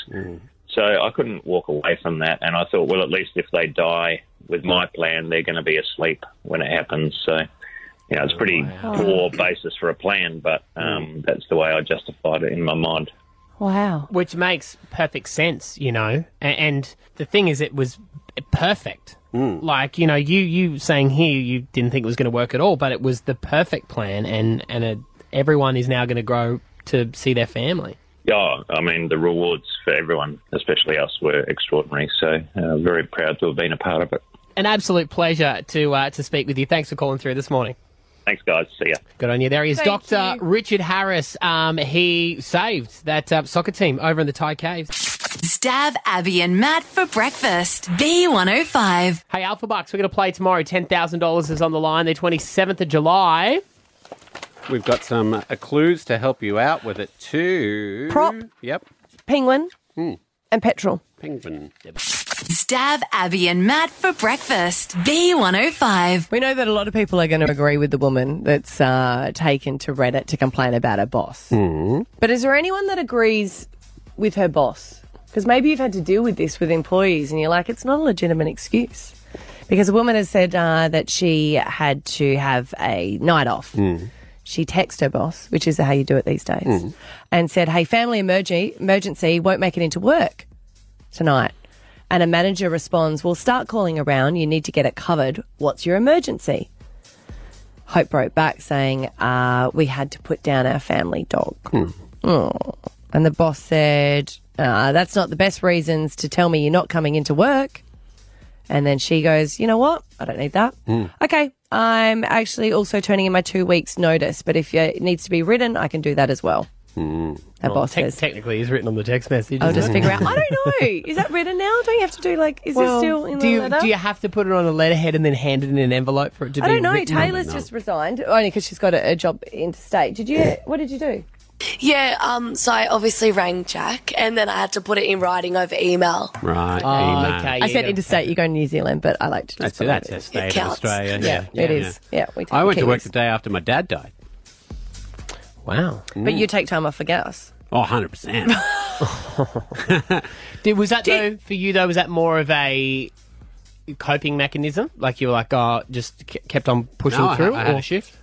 Q: So I couldn't walk away from that. And I thought, well, at least if they die with my plan, they're going to be asleep when it happens. So, you know, it's pretty poor basis for a plan, but um, that's the way I justified it in my mind.
B: Wow. Which makes perfect sense, you know. And, and the thing is, it was perfect. Like, you know, you, you saying here you didn't think it was going to work at all, but it was the perfect plan, and, and uh everyone is now going to grow to see their family.
Q: Yeah, I mean, the rewards for everyone, especially us, were extraordinary. So, uh, very proud to have been a part of it.
B: An absolute pleasure to, uh, to speak with you. Thanks for calling through this morning.
Q: Thanks, guys. See ya.
B: Good on you. There he is,
Q: Thank
B: Dr. Richard Harris. Um, he saved that uh, soccer team over in the Thai Caves.
E: Stab Abby and Matt for breakfast. B105.
B: Hey, Alpha Bucks, we're going to play tomorrow. $10,000 is on the line, the 27th of July.
H: We've got some uh, clues to help you out with it too.
D: Prop.
H: Yep.
D: Penguin
Q: Hmm.
D: and petrol.
H: Penguin.
E: Stab Abby and Matt for breakfast. B105.
D: We know that a lot of people are going to agree with the woman that's uh, taken to Reddit to complain about her boss.
B: Hmm.
D: But is there anyone that agrees with her boss? Because maybe you've had to deal with this with employees and you're like, it's not a legitimate excuse. Because a woman has said uh, that she had to have a night off. She texted her boss, which is how you do it these days,
K: Mm.
D: and said, Hey, family emergency, emergency won't make it into work tonight. And a manager responds, Well, start calling around. You need to get it covered. What's your emergency? Hope wrote back saying, uh, We had to put down our family dog. Oh. And the boss said, uh, That's not the best reasons to tell me you're not coming into work. And then she goes, You know what? I don't need that. Okay. I'm actually also turning in my two weeks' notice, but if uh, it needs to be written, I can do that as well. Her boss
B: te-
D: says-
B: Technically, he's written on the text message.
D: I'll
B: isn't
D: just
B: it?
D: figure out. I don't know. Is that written now? Don't you have to do like? Is
B: Well,
D: it still
B: do
D: in the
B: you,
D: letter?
B: Do you have to put it on a letterhead and then hand it in an envelope for it to
D: I
B: be
D: don't know.
B: written?
D: Taylor's just resigned only because she's got a, a job interstate. Did you? What did you do?
R: Yeah, um, so I obviously rang Jack and then I had to put it in writing over email.
H: Right.
B: Oh,
D: Oh,
H: email.
D: I said interstate. You go to New Zealand, but I like to.
H: That's
D: Just
H: it. That's a state of
D: counts.
H: Australia.
D: Yeah, it is. Yeah, we
H: I went
D: take
H: to work
D: Kiwis.
H: the day after my dad died. Mm.
B: Wow.
D: But you take time off for gas.
H: Oh, 100%.
B: Did, was that though for you though? Was that more of a coping mechanism? Like you were like, oh, just ke- kept on pushing
H: No, I
B: through.
H: had- I had
B: or-
H: a shift.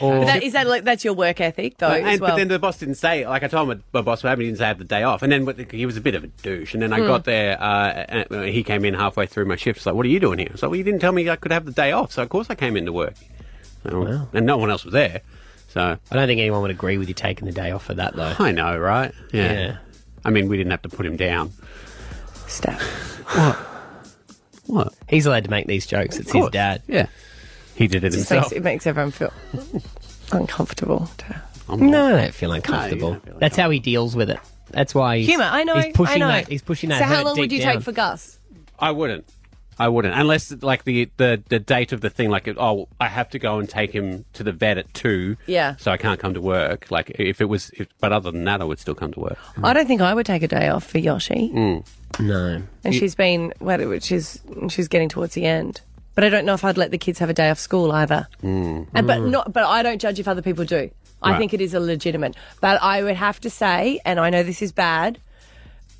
B: Or
D: But that, is that like that's your work ethic though?
H: But-
D: as
H: and,
D: well.
H: but then the boss didn't say. Like I told my, my boss what happened. He didn't say I had the day off. And then what, he was a bit of a douche. And then I
D: Mm.
H: got there. Uh, and uh, he came in halfway through my shift. He's like, "What are you doing here?" So well, you didn't tell me I could have the day off. So of course I came into work. So- And no one else was there. So I
B: don't think anyone would agree with you taking the day off for that though.
H: I know, right? Yeah.
B: Yeah.
H: I mean, we didn't have to put him down.
D: Stop.
H: What? What?
B: He's allowed to make these jokes. It's his
H: course.
B: dad.
H: Yeah. He did it
D: It just
H: himself.
D: makes, it makes everyone feel uncomfortable. to-
B: No, I don't feel uncomfortable. That's how he deals with it. That's why he's,
D: Humor. I know.
B: He's pushing
D: I know.
B: that. He's pushing that.
D: So how
B: hurt
D: long would
B: deep
D: you
B: down.
D: take for gas?
H: I wouldn't. I wouldn't, unless like the, the the date of the thing, like oh, I have to go and take him to the vet at two,
D: Yeah.
H: so I can't come to work. Like if it was, if, but other than that, I would still come to work. Mm.
D: I don't think I would take a day off for Yoshi.
B: No,
D: and she's been well, she's she's getting towards the end. But I don't know if I'd let the kids have a day off school either.
H: Mm.
D: And, Uh, but
B: Mm.
D: not, but I don't judge if other people do. I
K: Right.
D: think it is a legitimate. But I would have to say, and I know this is bad,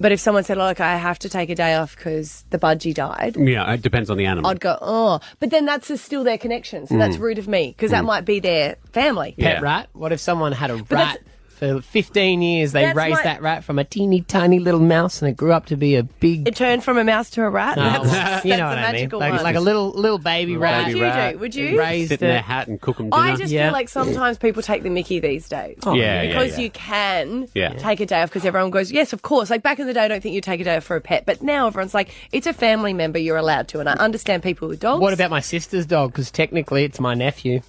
D: but if someone said, "Look, I have to take a day off because the budgie died,"
H: Yeah, it depends on the animal.
D: I'd go, "Oh," but then that's just still their connection, so that's
B: Mm.
D: rude of me because that
B: Mm.
D: might be their family.
B: Pet rat. What if someone had a
D: that's-
B: rat for 15 years? They
D: That's
B: raised
D: my-
B: that rat from a teeny tiny little mouse, and it grew up to be a big.
D: It turned from a mouse to a rat.
B: No,
D: that's,
B: well, you
D: that's
B: know
D: a
B: what I mean.
D: magical
B: Like,
D: one.
B: like a little little baby
H: Little
B: rat.
H: baby Would you do?
D: rat. Would you?
B: Raised
H: sit in their
B: it.
H: hat and cook them dinner.
D: I just feel like sometimes people take the mickey these days.
H: Oh, Yeah, yeah,
D: Because
H: yeah.
D: you can
H: Yeah.
D: take a day off because everyone goes, yes, of course. Like back in the day, I don't think you take a day off for a pet. But now everyone's like, it's a family member you're allowed to. And I understand people with dogs.
B: What about my sister's dog? Because technically, it's my nephew.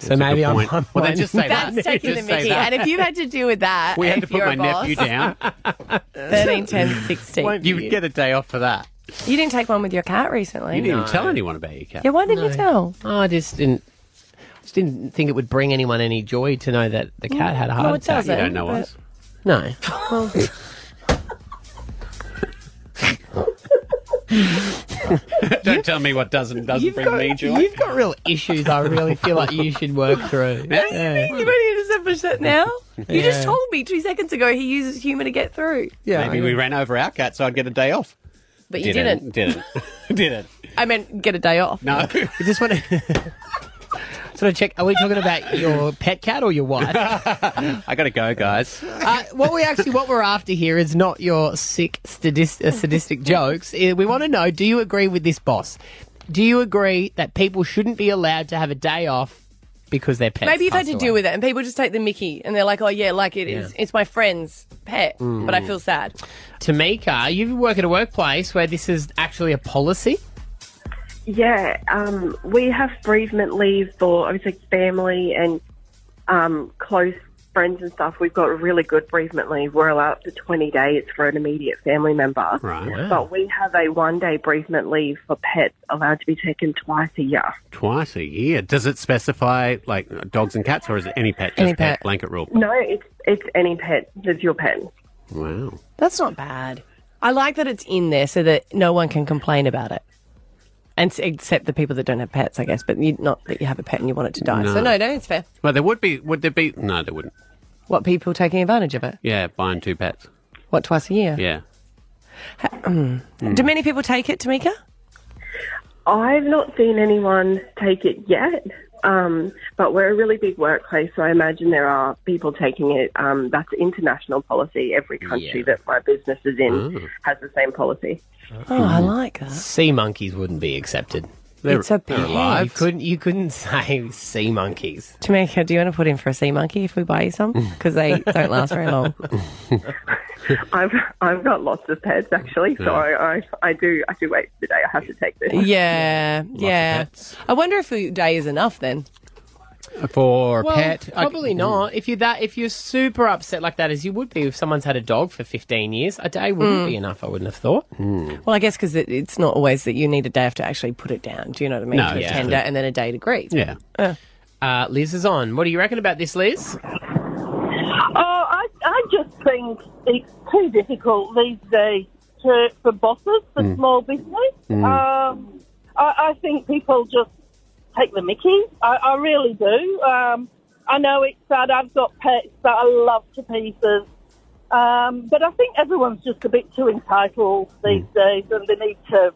B: So
H: a
B: maybe
H: good
B: I'm.
H: point.
B: I'm
H: Well, then
B: fine.
H: just say
D: That's taking the mickey. And if you had to deal with that,
H: we had
D: if
H: to put
D: you're
H: my
D: a boss,
H: nephew down.
D: 13, 10, 16.
H: you would get a day off for that.
D: You didn't take one with your cat recently.
H: You didn't even tell anyone about your cat.
D: Yeah, why didn't you tell?
B: I just Oh, didn't. just didn't think it would bring anyone any joy to know that the cat had a heart
D: no, it
B: attack.
D: doesn't, You don't know but- us.
B: No.
D: Well,
H: Don't tell me what doesn't doesn't bring me joy.
B: You've got real issues. I really feel like you should work through. Yeah.
D: you ready to establish that now? You just
H: Yeah.
D: told me two seconds ago he uses humour to get through.
H: Maybe we ran over our cat, so I'd get a day off.
D: But you
H: Didn't. didn't.
D: I meant get a day off.
H: No.
B: I just want to. Sort of check. Are we talking about your pet cat or your wife?
H: I gotta go, guys.
B: uh, what we actually what we're after here is not your sick sadist, uh, sadistic jokes. Uh, We want to know: Do you agree with this boss? Do you agree that people shouldn't be allowed to have a day off because their pets?
D: Maybe you've had
B: passed
D: to
B: away?
D: deal with it, and people just take the Mickey, and they're like, "Oh yeah, like it is.
B: Yeah.
D: It's my friend's pet,
B: Mm.
D: but I feel sad."
B: Tamika, you work at a workplace where this is actually a policy.
K: Yeah, um, we have bereavement leave for obviously family and um, close friends and stuff. We've got really good bereavement leave. We're allowed up to 20 days for an immediate family member.
H: Right. Wow.
K: But we have a one day bereavement leave for pets allowed to be taken twice a year.
H: Twice a year. Does it specify like dogs and cats, or is it any pet? Just
K: Any
H: pet.
K: pet.
H: blanket rule.
K: No, it's, it's any pet that's your pet.
H: Wow.
D: That's not bad. I like that it's in there so that no one can complain about it, and s- except the people that don't have pets, I guess. But you, not that you have a pet and you want it to die.
H: No.
D: So no, no, it's fair.
H: Well, there would be. Would there be? No, there wouldn't.
D: What people taking advantage of it?
H: Yeah, buying two pets.
D: What twice a year?
H: Yeah.
D: Mm.
H: Mm.
D: Do many people take it, Tamika?
K: I've not seen anyone take it yet, um, but we're a really big workplace, so I imagine there are people taking it. Um, that's international policy. Every country
B: Yeah.
K: that my business is in
B: Oh.
K: has the same policy.
D: Oh, I like that.
B: Sea monkeys wouldn't be accepted.
D: They're- It's a they're pet. alive.
B: You couldn't. You couldn't say sea monkeys.
D: Tamika, do you want to put in for a sea monkey if we buy you some? Because they don't last very long.
K: I've I've got lots of pets actually, so
D: Yeah.
K: I, I I do I do wait for the day I have to take this.
D: Yeah, yeah. I wonder if a day is enough then.
H: For
B: well, Probably not. If you're that, if you're super upset like that, as you would be if someone's had a dog for 15 years, a day wouldn't
D: Mm.
B: be enough. I wouldn't have thought.
H: hmm.
D: Well, I guess because it, it's not always that you need a day off to actually put it down. Do you know what I mean?
B: No,
D: to
B: yeah.
D: tender and then a day to grieve.
H: Yeah.
B: Uh, Liz is on. What do you reckon about this, Liz?
S: Oh, I, I just think it's too difficult these days to, for bosses, for
T: Mm.
S: small business.
T: Mm.
S: Um, I, I think people just take the mickey. I, I really do. Um, I know it's sad. I've got pets that I love to pieces. Um, but I think everyone's just a bit too entitled these
T: Mm.
S: days and they need to,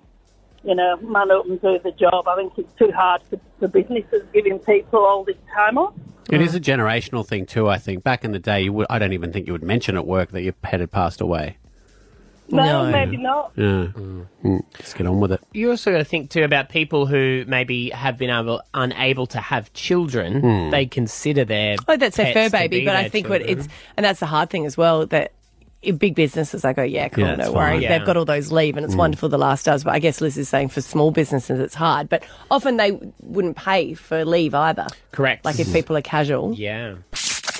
S: you know, man up and do the job. I think it's too hard for, for businesses giving people all this time off.
H: It is a generational thing too. I think back in the day, you would, I don't even think you would mention at work that your pet had passed away.
S: No,
B: No.
S: maybe not.
H: Yeah. Mm. Just get on with it.
B: You also got to think too about people who maybe have been able, unable to have children.
H: Mm.
B: They consider their
D: Oh, that's a
B: pets
D: fur
B: to
D: baby,
B: be
D: but I
B: their
D: think what
B: children.
D: it's and that's the hard thing as well that. in Big businesses, I go, yeah, cool,
B: Yeah, it's
D: no
B: fine.
D: worries.
B: Yeah.
D: They've got all those leave, and it's
B: Mm.
D: wonderful the last does. But I guess Liz is saying for small businesses, it's hard. But often they wouldn't pay for leave either.
B: Correct. Mm.
D: Like if people are casual.
B: Yeah.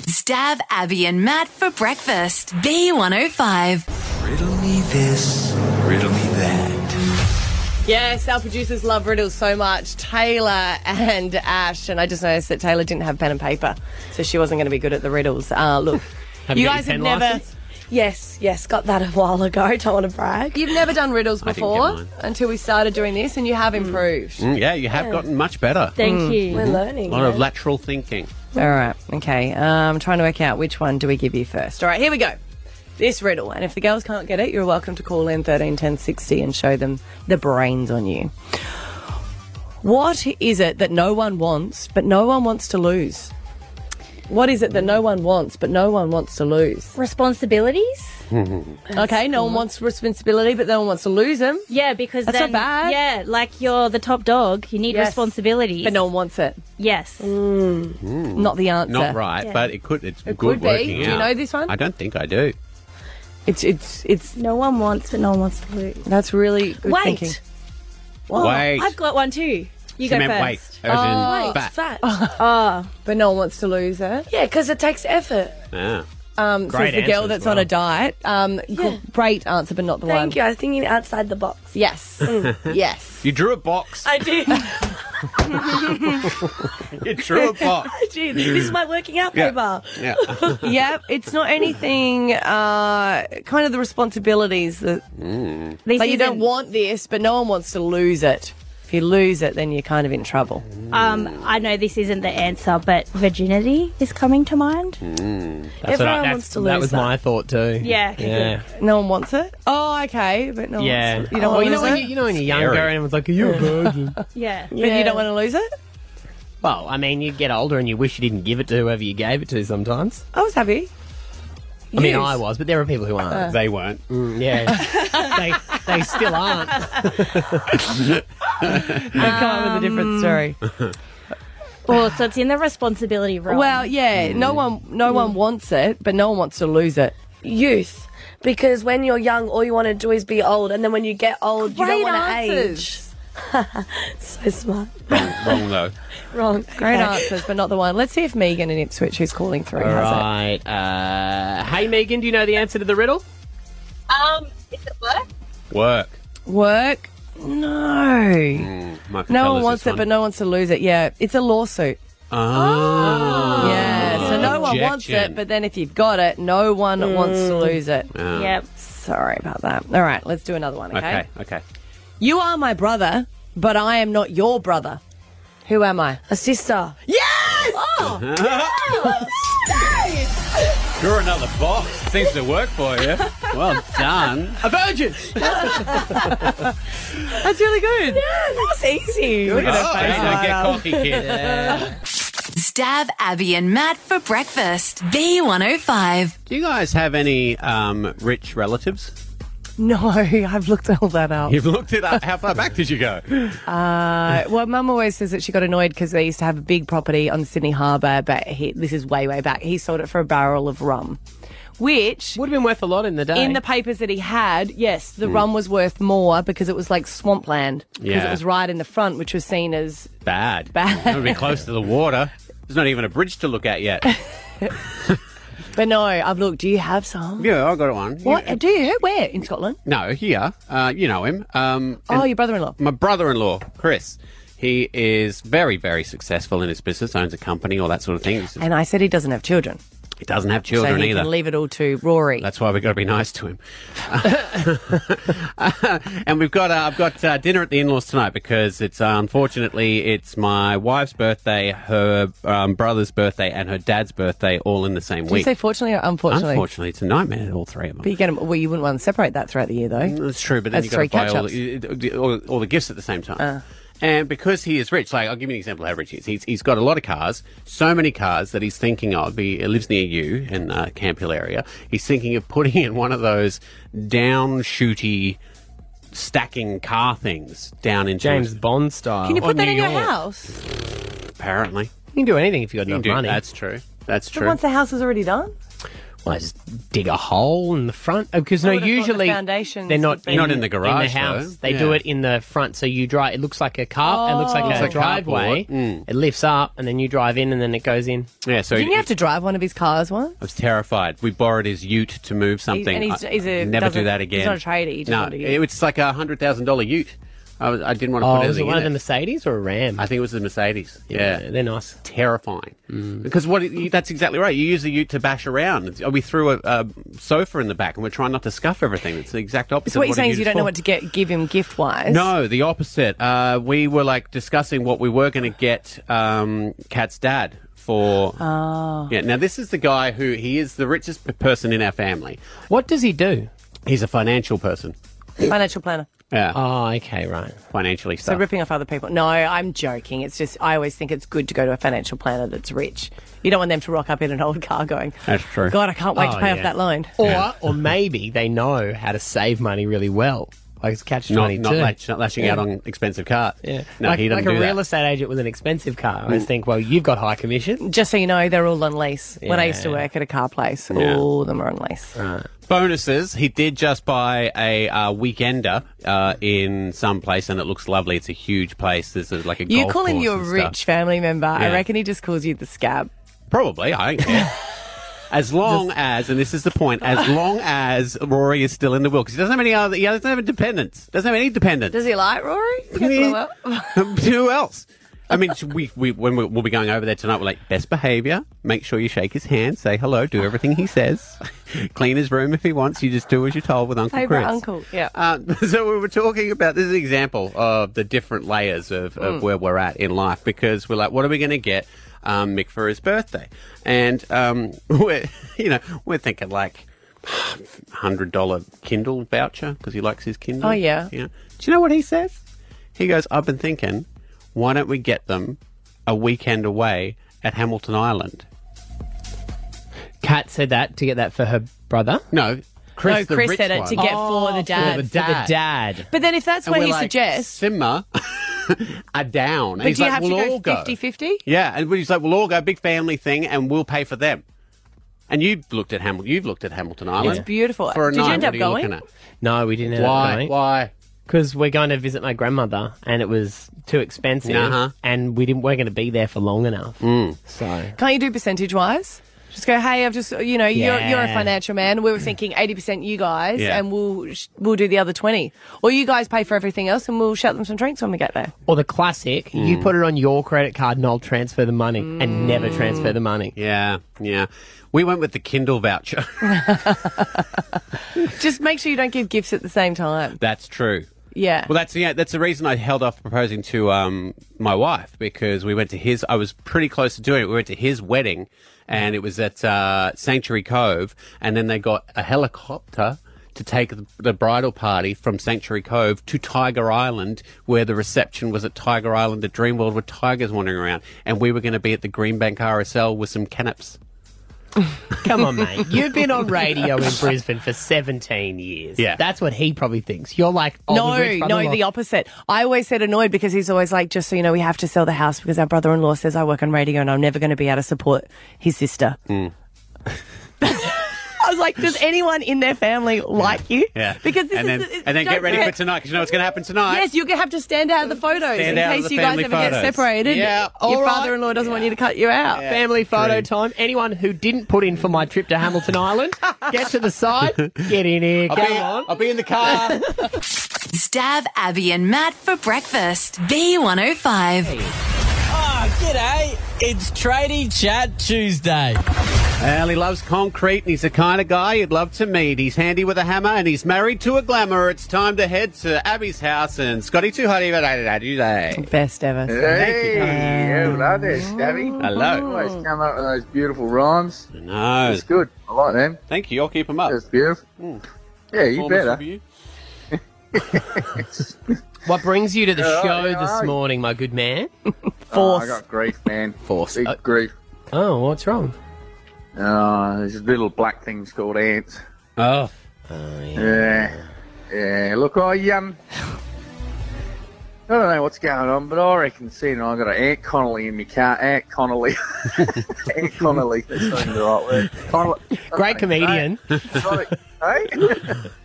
E: Stab Abby and Matt for breakfast. B105.
A: Riddle me this, riddle me that.
D: Yes, our producers love riddles so much. Taylor and Ash, and I just noticed that Taylor didn't have pen and paper, so she wasn't going to be good at the riddles. Uh, look,
B: Have you got your pen license?
D: Yes, yes, got that a while ago. Don't want to brag. You've never done riddles
H: I didn't get
D: before
H: mine.
D: until we started doing this, and you have improved.
H: Mm, yeah, you have
D: Yeah.
H: gotten much better.
D: Thank you. We're
H: Mhm.
D: learning,
H: A lot of
D: yeah.
H: lateral thinking.
D: All right, okay. I'm um, trying to work out which one do we give you first. All right, here we go. This riddle, and if the girls can't get it, you're welcome to call in 13 10 60 and show them the brains on you. What is it that no one wants, but no one wants to lose? What is it that no one wants, but no one wants to lose?
U: Responsibilities?
D: Okay, no one wants responsibility, but no one wants to lose them.
U: Yeah, because
D: That's
U: then,
D: not bad.
U: Yeah, like you're the top dog. You need
D: Yes.
U: responsibilities.
D: But no one wants it. Mm.
U: Yes.
D: Not the answer.
H: Hmm. Not right,
U: Yeah.
H: but it could. It's
D: It
H: good
D: could be.
H: working
D: Do you
H: out.
D: know this one?
H: I don't think I do.
D: It's it's it's.
U: No one wants, but no one wants to lose.
D: That's really good
U: Wait.
D: thinking.
U: Oh,
H: Wait.
U: I've got one too. You
H: She
U: go
H: meant
U: first.
H: wait, as in Oh. fat.
U: fat. Oh.
D: Ah, But no one wants to lose it.
U: Yeah, because it takes effort.
H: Yeah.
D: um,
B: Great
D: says the
B: answer
D: girl
B: as
D: that's on a
B: well.
D: diet. Um, Great answer, but not the one.
R: Thank you. I was thinking outside the box. Mm.
D: Yes. Hmm. yes.
H: You drew a box.
R: I did.
H: you drew a box.
R: I did. This is my working out
H: Yeah.
R: paper.
H: Yeah.
D: yep, it's not anything. Uh, kind of the responsibilities that
H: Mm.
R: This
D: like you don't
R: isn't-
D: want this, but no one wants to lose it. If you lose it, then you're kind of in trouble.
U: Um, I know this isn't the answer, but virginity is coming to mind.
H: Hmm.
B: That's what I-
D: Everyone
B: that's-
D: wants to
B: That
D: lose
B: was
D: that.
B: my thought too.
D: Yeah, okay,
B: Yeah.
D: No one wants it. Oh, okay, but no.
B: Yeah.
D: One wants it. You don't
B: Oh,
D: want
B: you
D: to
B: know
D: lose
B: when
D: it.
B: you- you know when you're younger and everyone's like, "Are you a virgin?"
U: yeah.
D: But you don't want to lose it.
B: Well, I mean, you get older and you wish you didn't give it to whoever you gave it to sometimes.
D: I was happy.
B: I mean,
D: Yes.
B: I was, but there are people who Mm, aren't.
D: Uh.
H: They weren't.
B: yeah. they, they still aren't.
U: They
D: come up with a different story.
U: Oh, so it's in the responsibility realm.
D: Well, Hmm. yeah. No one, no one wants it, but no one wants to lose it.
R: Youth. Because when you're young, all you want to do is be old, and then when you get old, you don't
D: Great
R: want
D: answers.
R: to age. so smart.
H: Wrong though.
D: Wrong. Great
R: Okay.
D: answers, but not the one. Let's see if Megan and Ipswich, who's calling through,
B: All
D: has it.
B: right. Uh, hey, Megan, do you know the answer to the riddle?
M: Um, is it work?
H: Work. Mm,
D: Work? No.
H: Michael
D: No one
H: Keller's
D: wants
H: this
D: it, but no one wants to lose it. Yeah, it's a lawsuit.
H: Oh.
D: Yeah, so no one wants it,
H: Objection.
D: but then if you've got it, no one wants to
H: Mm.
D: lose it.
H: Yeah. Yep.
D: Sorry about that. All right, let's do another one, okay?
H: Okay. Okay.
D: You are my brother, but I am not your brother. Who am I?
R: A sister.
D: Yes!
H: Oh, Drew Uh-huh. another box. Seems to work for you. Well done. A virgin.
D: That's really good.
R: Yeah, that's easy.
H: Look at her Oh, face yeah, light get up. cocky, kid.
E: Stab Abby and Matt for breakfast. B105.
H: Do you guys have any um, rich relatives?
D: No, I've looked all that up.
H: You've looked it up. How far back did you go?
D: Uh, well, Mum always says that she got annoyed because they used to have a big property on Sydney Harbour, but he, this is way, way back. He sold it for a barrel of rum, which
B: would have been worth a lot in the day.
D: In the papers that he had, yes, the
B: Mm.
D: rum was worth more because it was like swampland because it
H: Hmm. Yeah.
D: was right in the front, which was seen as
H: Bad.
D: Bad.
H: That would be close to the water. There's not even a bridge to look at yet.
D: But no, I've looked. Do you have some?
H: Yeah, I got one.
D: What do you? Where in Scotland?
H: No, here. Uh, you know him. Um,
D: Oh,
H: and
D: your brother-in-law.
H: My brother in law, Chris. He is very, very successful in his business, owns a company, all that sort of thing. He's-
D: And I said he doesn't have children.
H: He doesn't have children
D: so he
H: either.
D: Can leave it all to Rory.
H: That's why we've got to be nice to him. and we've got uh, I've got uh, dinner at the in-laws tonight because it's uh, unfortunately it's my wife's birthday, her um, brother's birthday, and her dad's birthday all in the same
D: Did you
H: week.
D: say fortunately or unfortunately?
H: Unfortunately, it's a nightmare. All three of them.
D: But you get 'em- Well, you wouldn't want to separate that throughout the year, though.
H: That's true, but then
D: That's
H: you've got to buy
D: three
H: all
D: catch-ups.
H: the, the- all, all the gifts at the same time.
D: Ah.
H: And because he is rich, like I'll give you an example of how rich he is. He's, he's got a lot of cars, so many cars that he's thinking of. He lives near you in uh, Camp Hill area. He's thinking of putting in one of those down shooty stacking car things down in
B: James Bond style.
D: Can you put
H: Or
D: that
H: uh, New
D: in your
H: York,
D: house?
H: Apparently,
B: you can do anything if you got
H: You
B: enough
H: do-
B: money.
H: That's true. That's
D: But
B: true.
D: once the house is already done,
B: Well, I just dig a hole in the front because no,
D: would've thought the
B: usually
D: foundations
B: they're not
D: would be- Not in
H: the
B: in
H: garage,
B: the house.
H: though.
B: They do
H: Yeah.
B: it in the front, so you drive. It looks like a car. It looks like
D: Oh.
B: a
D: It's a
B: driveway. It lifts up, and then you drive in, and then it goes in.
H: Mm. Yeah. So
D: didn't you have to drive one of his cars once?
H: I was terrified. We borrowed his ute to move something.
D: and he's-
H: I-
D: he's a-
H: never do
D: doesn't-
H: that
D: he's
H: again.
D: not a tradie, he just
H: no,
D: wanted a
H: it
D: ute.
H: was like a hundred thousand dollar ute. I, was, I didn't want to
B: Oh,
H: put
B: was it
H: anything
B: one of
H: in
B: the Mercedes or a Ram?
H: I think it was the Mercedes. Yeah,
B: they're nice. Mm.
H: Terrifying. Because what? it- you- that's exactly right. You use the ute to bash around. It's- We threw a, a sofa in the back, and we're trying not to scuff everything. It's the exact opposite.
D: So what
H: of
D: you're saying
H: a
D: is
H: ute
D: you don't know
H: for.
D: what to get, give him gift wise.
H: No, the opposite. Uh, we were like discussing what we were going to get um, Kat's dad for.
D: Oh.
H: Yeah. Now this is the guy who he is the richest p- person in our family.
B: What does he do?
H: He's a financial person.
D: Financial planner.
H: Yeah.
B: Oh, okay, right.
H: Financially
D: So
H: stuff.
D: ripping off other people. No, I'm joking. It's just I always think it's good to go to a financial planner that's rich. You don't want them to rock up in an old car going,
H: That's true.
D: God, I can't wait to
B: Oh,
D: pay
B: yeah.
D: off that loan.
B: Or or maybe they know how to save money really well. Like it's catch
H: not,
B: twenty
H: not,
B: two.
H: latch, not lashing out
B: Yeah.
H: on expensive cars.
B: Yeah.
H: No,
B: like,
H: he doesn't
B: like
H: do
B: a
H: that.
B: real estate agent with an expensive car. I just think, well, you've got high commission.
D: Just so you know, they're all on lease. When I used to
B: Yeah.
D: work at a car place,
H: Yeah.
D: all of them are on lease.
H: Bonuses. He did just buy a uh, weekender uh, in some place, and it looks lovely. It's a huge place. There's a, like a
D: You
H: golf
D: call him
H: course
D: your
H: and
D: rich
H: stuff.
D: family member. I
H: Yeah.
D: reckon he just calls you the scab.
H: Probably. I don't care. As long as, and this is the point, as long as Rory is still in the will, because he doesn't have any other, he doesn't have a dependence. Doesn't have any dependents.
D: Does he like Rory?
H: Yeah. Who else? I mean, we, we when we, we'll be going over there tonight, we're like best behavior. Make sure you shake his hand, say hello, do everything he says, clean his room if he wants. You just do as you're told with Uncle
D: Favorite
H: Chris.
D: uncle. Yeah.
H: Um, so we were talking about this is an example of the different layers of, of
D: Mm.
H: where we're at in life because we're like, what are we going to get um, Mick for his birthday? And um, we're you know we're thinking like hundred dollar Kindle voucher because he likes his Kindle.
D: Oh, yeah.
H: Yeah. Do you know what he says? He goes, I've been thinking, why don't we get them a weekend away at Hamilton Island?
B: Kat said that to get that for her brother. Oh,
H: No, Chris,
D: no,
H: the
D: Chris
H: rich
D: said it
H: one.
D: to get for the dad.
B: the dad. dad.
D: But then if that's
H: And
D: what
H: we're
D: he
H: like,
D: suggests,
H: Simmer are down. And
D: but
H: he's
D: do you
H: like,
D: have
H: we'll all
D: to go
H: go.
D: 50 50?
H: Yeah, and he's like, we'll all go, big family thing, and we'll pay for them. And you've looked at Hamilton. You've looked at Hamilton Island.
D: It's beautiful.
H: For a
D: Did you
H: night,
D: end up
H: what are
D: going?
H: looking at?
B: No, we didn't.
H: Why? Why?
B: Because we're going to visit my grandmother, and it was too expensive,
D: Uh-huh.
B: and we didn't. We're going to be there for long enough.
H: Mm.
B: So
D: Can't you do percentage wise? Just go, hey, I've just, you know, you're, you're a
B: Yeah.
D: financial man. We were thinking 80% you guys,
B: Yeah.
D: and we'll sh- we'll do the other 20. Or you guys pay for everything else, and we'll shut them some drinks when we get there.
B: Or the classic, you
H: Mm.
B: put it on your credit card and I'll transfer the money
D: Mm.
B: and never transfer the money.
H: Yeah, yeah. We went with the Kindle voucher.
D: Just make sure you don't give gifts at the same time.
H: That's true.
D: Yeah.
H: Well, that's yeah. That's the reason I held off proposing to um, my wife because we went to his. I was pretty close to doing it. We went to his wedding, and it was at uh, Sanctuary Cove, and then they got a helicopter to take the- the bridal party from Sanctuary Cove to Tiger Island, where the reception was at Tiger Island, the Dream World, with tigers wandering around, and we were going to be at the Greenbank RSL with some canaps.
B: Come on, mate. You've been on radio in Brisbane for 17 years.
H: Yeah.
B: That's what he probably thinks. You're like, oh,
D: No,
B: the rich
D: no,
B: brother-in-law.
D: the opposite. I always said annoyed because he's always like, just so you know, we have to sell the house because our brother in law says I work on radio and I'm never going to be able to support his sister.
B: Mm.
D: I was like, does anyone in their family like you?
H: Yeah.
D: Because this
H: and
D: is
H: then
D: the-
H: and then
D: don't
H: get ready
D: forget-
H: for tonight because you know what's going to happen tonight.
D: Yes, you're going to have to stand out of the photos
H: Stand
D: in
H: out of
D: case
H: the
D: you guys
H: family
D: ever
H: photos.
D: get separated.
H: Yeah,
D: Your
H: all right.
D: father in law doesn't want you to cut you out.
B: Family photo time. Anyone who didn't put in for my trip to Hamilton Island, get to the side. Get in here.
E: I'll
B: Come
E: be-
B: on.
H: I'll be in the car.
E: Stab Abby and Matt for breakfast. B105.
T: Ah, g'day. It's Tradie Chat Tuesday.
H: Well, he loves concrete and he's the kind of guy you'd love to meet. He's handy with a hammer and he's married to a glamour. It's time to head to Abby's house and Scotty Too Hotty about today.
D: Best ever.
V: Hey, hello there, Stabby.
H: Hello.
V: Always come up with those beautiful rhymes.
H: No.
V: It's good. I like them.
H: Thank you. I'll keep them up.
V: It's beautiful. Yeah, you
H: Performance
V: better.
H: review.
B: What brings you to the
V: Yeah,
B: show
V: yeah,
B: this
V: yeah.
B: morning, my good man?
V: Oh, I got grief, man.
B: Force.
V: Big
H: Uh,
B: Oh.
V: grief.
B: Oh, what's wrong?
V: Oh, there's little black things called ants.
H: Oh.
V: yeah. Yeah. Look, I um, I don't know what's going on, but I reckon seeing I got an Ant Connolly in my car. Ant Connolly. Ant Connolly. That's not even the right word. Connolly.
B: Great comedian.
V: Hey?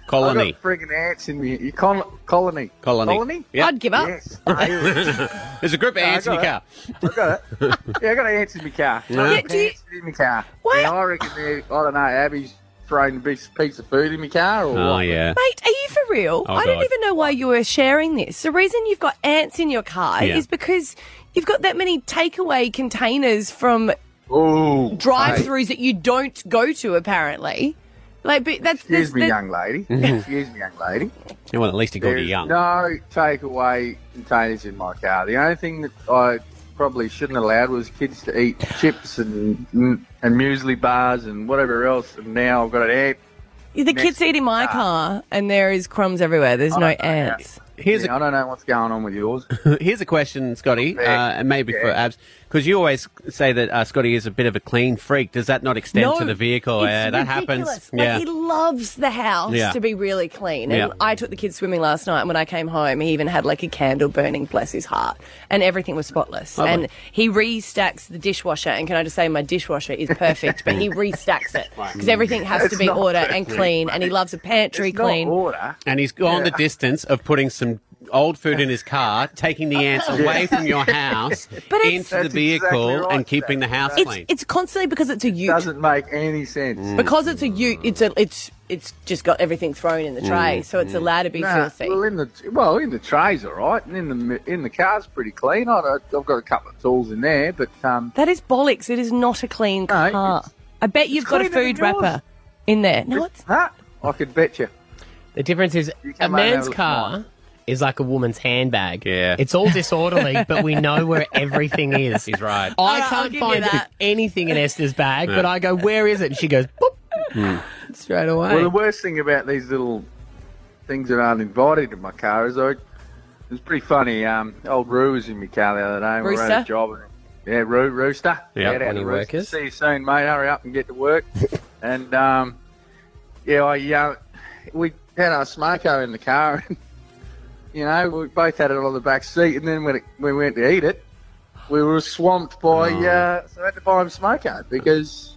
H: Colony.
V: I got friggin' ants in me. You con- colony.
H: Colony.
V: Colony?
H: Yeah. I'd
D: give up.
V: Yes.
H: There's a group
V: No,
H: of
V: I
H: ants in your car.
V: got I got it. Yeah, I got ants in my car.
H: Yeah.
V: I
H: Yeah,
V: got
H: do you-
V: ants in my car. Yeah, I reckon they, I don't know, Abby's thrown a big piece of food in my car or
H: Oh,
V: what?
H: yeah.
D: Mate, are you for real?
V: Oh,
D: I don't
V: God.
D: even know why you were sharing this. The reason you've got ants in your car
V: Yeah.
D: is because you've got that many takeaway containers from
V: Ooh.
D: drive-throughs
V: mate.
D: that you don't go to, apparently. Like, but that's
V: Excuse
D: that's-
V: me,
D: that-
V: young lady.
H: Mhm.
V: Excuse me, young lady.
H: Yeah, well, at least he got you
V: There's
H: young.
V: No takeaway containers in my car. The only thing that I probably shouldn't allowed was kids to eat chips and and muesli bars and whatever else. And now I've got an ant.
D: The kids eat in my car, and there is crumbs everywhere. There's no ants.
H: Here's
V: I I don't know what's going on with yours.
H: Here's a question, Scotty, uh, and maybe for Abs, because you always say that uh, Scotty is a bit of a clean freak. Does that not extend
D: No,
H: to the vehicle?
D: it's
H: yeah, that happens.
D: ridiculous. Like, he loves the house
H: Yeah.
D: to be really clean.
H: Yeah.
D: And I took the kids swimming last night, and when I came home, he even had like a candle burning, bless his heart, and everything was spotless.
W: Lovely.
D: And he restacks the dishwasher, and can I just say, my dishwasher is perfect, but he restacks it because everything has
V: It's
D: to be
V: not
D: order and
V: perfect,
D: clean, and he loves a pantry
V: It's not
D: clean.
V: order.
H: And he's gone
V: Yeah.
H: the distance of putting some old food in his car, taking the ants away from your house
D: But it's-
H: into the
D: That's
H: vehicle
D: exactly right,
H: and keeping the house
D: It's
H: clean. Mm.
D: it's constantly because it's a ute.
V: Doesn't make any sense.
D: Because it's a ute. It's a it's it's just got everything thrown in the tray,
V: Mm.
D: so it's allowed to be
V: Nah,
D: filthy.
V: Well, in the well, in the tray's all right, and in the in the car's pretty clean. I don't, I've got a couple of tools in there, but um,
D: That is bollocks. It is not a clean car. I bet you've got a
V: cleaner
D: food
V: than yours.
D: wrapper in there. No, it's
V: not. I could bet you.
B: The difference is a
D: come out and
B: man's
D: have a
B: car is like a woman's handbag. Yeah. It's all disorderly, but we know where everything is.
H: He's right.
B: I
D: I'll
B: can't
D: give you
B: find
D: that.
B: anything in Esther's bag, but
V: Yeah.
B: I go, where is it? And she goes, boop,
S: 嗯
B: straight away.
V: Well, the worst thing about these little things that aren't invited in my car is I. It was pretty funny. Um, old Roo was in my car the other day. and We were at
D: Rooster?
V: a job. And, yeah, Roo, Rooster.
H: Yeah,
V: Shout out
H: any
V: to
H: workers?
V: See you soon, mate. Hurry up and get to work. and um, yeah, I uh, we had our smoko in the car, and you know we both had it on the back seat. And then when it, when we went to eat it, we were swamped by.
H: Oh.
V: Uh, so I had to buy him smoko because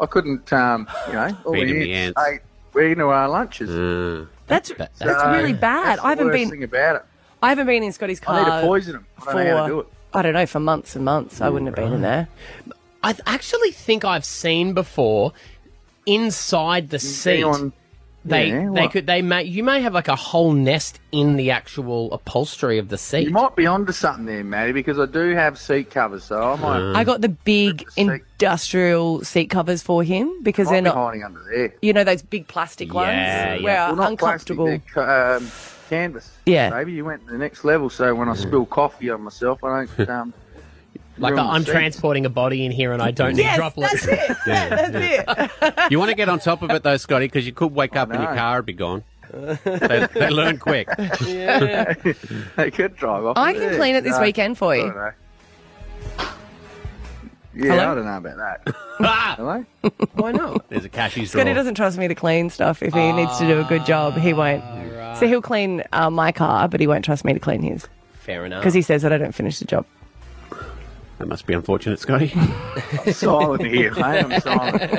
V: I couldn't. Um, you know, all
H: Feed him
V: we
H: the
V: ate,
H: ants. Mm.
V: ate- we into our lunches.
D: That's that's, really bad.
V: that's
D: I haven't
V: the worst
D: been
V: Thing about it.
D: I haven't been in Scotty's car.
V: I need to poison 'em. I don't know how to do it.
D: I don't know for months and months. I wouldn't have been in there.
B: I th- actually think I've seen before inside the seat.
V: on-
B: They
V: Yeah,
B: they
V: what?
B: could they may you may have like a whole nest in the actual upholstery of the seat.
V: You might be onto something there, Maddie, because I do have seat covers, so I might.
H: Mm.
D: I got the big industrial seat covers for him because
V: might
D: they're
V: be
D: not
V: hiding under there.
D: You know those big plastic ones
V: Yeah,
D: where
V: yeah. Well, not plastic,
D: uncomfortable.
V: they're ca- um, canvas.
D: Yeah.
V: Maybe you went to the next level, so when I
H: Mm.
V: spill coffee on myself, I don't. Um,
B: Like
V: ruin the
B: I'm
V: seat.
B: transporting a body in here and I don't need
V: Yes,
B: droplets.
D: That's it.
H: Yeah.
D: That's it.
H: you want to get on top of it though, Scotty, because you could wake up and your
V: know.
H: car would be gone. they, they learn quick.
V: Yeah. they could drive off.
D: I can clean it this weekend for you.
V: I don't know. Yeah,
D: Hello?
V: I don't know about that. Hello?
D: Why not?
H: There's a cashies drawer.
D: Scotty doesn't trust me to clean stuff. If he needs to do a good job, he won't. So he'll clean uh, my car, but he won't trust me to clean his
B: Fair enough.
D: because he says that I don't finish the job.
H: That must be unfortunate, Scotty. I'm
V: silent here, mate. I'm silent.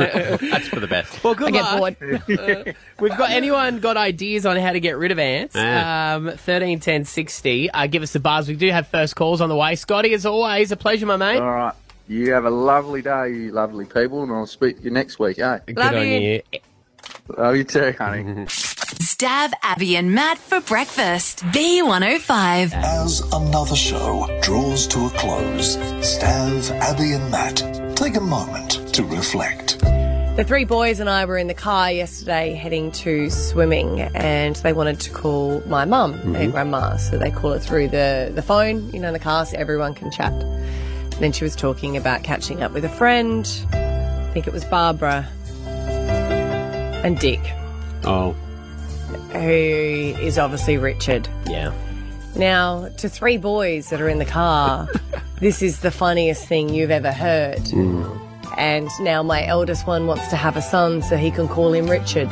H: That's for the best.
B: Well, good
H: I get
B: luck. Uh, we've got anyone got ideas on how to get rid of ants?
H: Yeah.
B: Um, thirteen ten sixty. Uh, give us the bars. We do have first calls on the way. Scotty, as always, a pleasure, my mate.
V: All right. You have a lovely day, you lovely people, and I'll speak to you next week, eh? Good
E: Love on you.
V: Love you too, honey.
E: Stab Abby and Matt for breakfast. B105.
A: As another show draws to a close, Stav, Abby, and Matt take a moment to reflect.
D: The three boys and I were in the car yesterday heading to swimming, and they wanted to call my mum, their
C: Mhm.
D: grandma. So they call it through the, the phone, you know, in the car, so everyone can chat. And then she was talking about catching up with a friend. I think it was Barbara and Dick,
H: Oh,
D: who is obviously Richard.
B: yeah.
D: Now, to three boys that are in the car, this is the funniest thing you've ever heard. And now my eldest one wants to have a son so he can call him Richard.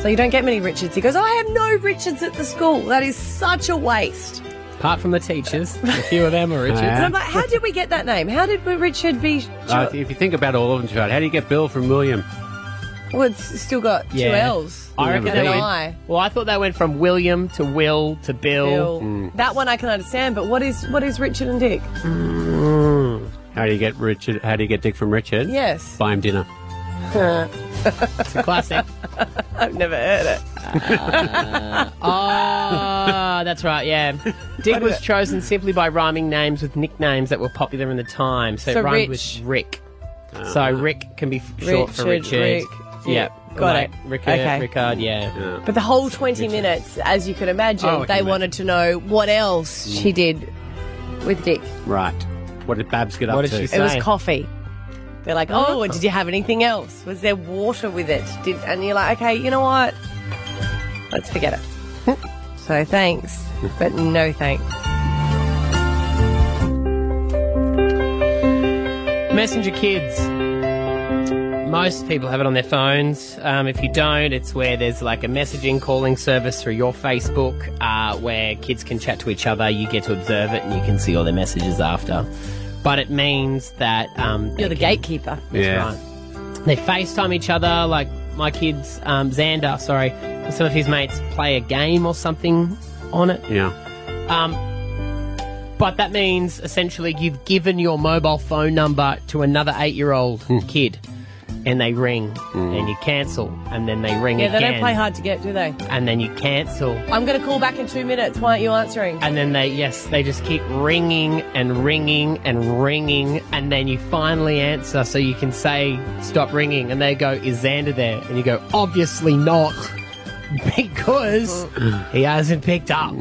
D: So you don't get many Richards. He goes, I have no Richards at the school. That is such a waste.
B: Apart from the teachers, a few of them are Richards.
D: And I'm like, how did we get that name? How did Richard be.
H: Uh, if you think about all of them, Chad, how do you get Bill from William?
D: Well, it's still got two
B: Yeah.
D: L's
B: I
D: and
B: reckon
D: an
B: they went-
D: I.
B: Well, I thought they went from William to Will to Bill. Mm.
D: Bill. That one I can understand, but what is what is Richard and Dick?
H: Mm. How do you get Richard? How do you get Dick from Richard?
D: Yes.
H: Buy him dinner.
D: it's
B: a classic.
D: I've never heard it.
B: Ah, that's right. Yeah, Dick was chosen simply by rhyming names with nicknames that were popular in the time. So,
D: So
B: it rhymed
D: Rich.
B: with Rick. So Rick can be f- short for
D: Richard,
B: Richard.
D: Rick. Yeah,
B: Yeah,
D: got
B: like
D: it.
B: Ricard,
D: Okay.
B: Ricard, yeah.
D: But the whole 20 minutes, as you can imagine,
B: Oh, I can
D: they
B: imagine.
D: wanted to know what else
H: Mm.
D: she did with Dick.
H: Right. What did Babs get up
D: What did
H: to?
D: she It was say? coffee. They're like, oh, did you have anything else? Was there water with it? Did And you're like, okay, you know what? Let's forget it. so thanks, but no thanks.
B: Messenger Kids. Most people have it on their phones. Um, if you don't, it's where there's like a messaging calling service through your Facebook uh, where kids can chat to each other. You get to observe it and you can see all their messages after. But it means that. Um, You're the
D: gatekeeper.
B: That's
H: Yeah.
B: right. They FaceTime each other. Like my kids, um, Xander, sorry, some of his mates play a game or something on it.
H: Yeah.
B: Um, but that means essentially you've given your mobile phone number to another eight year old kid and they ring and you cancel and then they ring
D: Yeah, they
B: again.
D: don't play hard to get, do they?
B: And then you cancel.
D: I'm going to call back in two minutes. Why aren't you answering?
B: And then they, yes, they just keep ringing and ringing and ringing. And then you finally answer so you can say, stop ringing. And they go, is Xander there? And you go, obviously not. Because he hasn't picked up.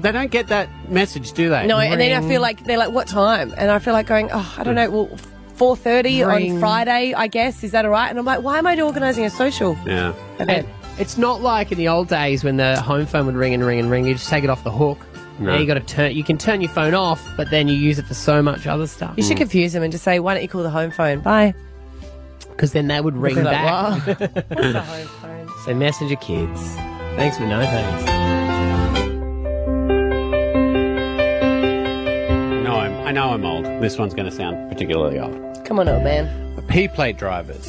H: They don't get that message, do they?
D: No, and then I feel like they're like, "What time?" And I feel like going, "Oh, I don't know." Well, four thirty
B: Ring.
D: on Friday, I guess. Is that all right? And I'm like, "Why am I organising a social?"
H: Yeah.
B: And it's not like in the old days when the home phone would ring and ring and ring. You just take it off the hook.
D: No.
B: Now you got to turn. You can turn your phone off, but then you use it for so much other stuff.
D: You should
H: Hmm.
D: confuse them and just say, "Why don't you call the home phone?" Bye.
B: because then they would ring
D: They'll be
B: back.
D: Like, "Wow."
B: so messenger kids. Thanks for no thanks.
H: No, I'm, I know I'm old. This one's going to sound particularly old.
D: Come on, old man.
H: P plate drivers.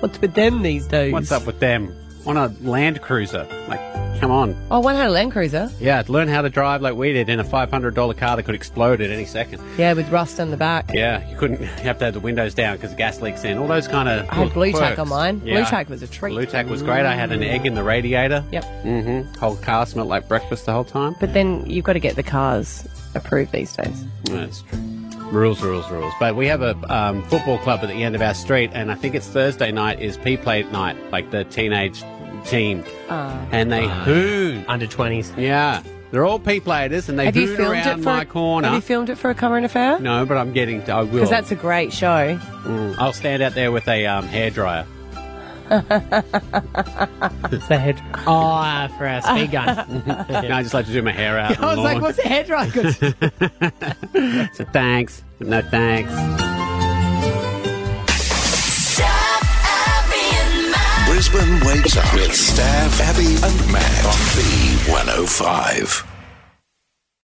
B: What's with them these days?
H: What's up with them? On a Land Cruiser. Like, come on.
D: Oh, one had a Land Cruiser.
H: Yeah, learn how to drive like we did in a $500 car that could explode at any second.
D: Yeah, with rust on the back.
H: Yeah, you couldn't you have to have the windows down because gas leaks in. All those kind of.
D: I had blue tack on mine. Blue tack was a treat.
H: Blue tack was great. I had an egg in the radiator.
D: Yep.
H: Mm-hmm. Whole car smelled like breakfast the whole time.
D: But then you've got to get the cars approved these days.
H: Yeah, That's true. Rules, rules, rules. But we have a um, football club at the end of our street, and I think it's Thursday night is P plate night, like the teenage team,
D: Uh,
H: and they hoon
B: under twenties.
H: Yeah, they're all P platers, and they
D: have
H: hoon
D: you filmed
H: around
D: it for
H: my
D: a,
H: corner.
D: Have you filmed it for a current affair?
H: no, but I'm getting. To, I will.
D: Because that's a great show.
H: Mm, I'll stand out there with a um, hairdryer.
B: It's the head. Oh, uh, for our speed gun.
H: no, I just like to do my hair out.
B: I was
H: on the
B: like,
H: lawn.
B: what's a hairdryer?
H: so thanks, but no thanks.
A: oh Brisbane wakes up with Stav, Abby, and Matt on B105.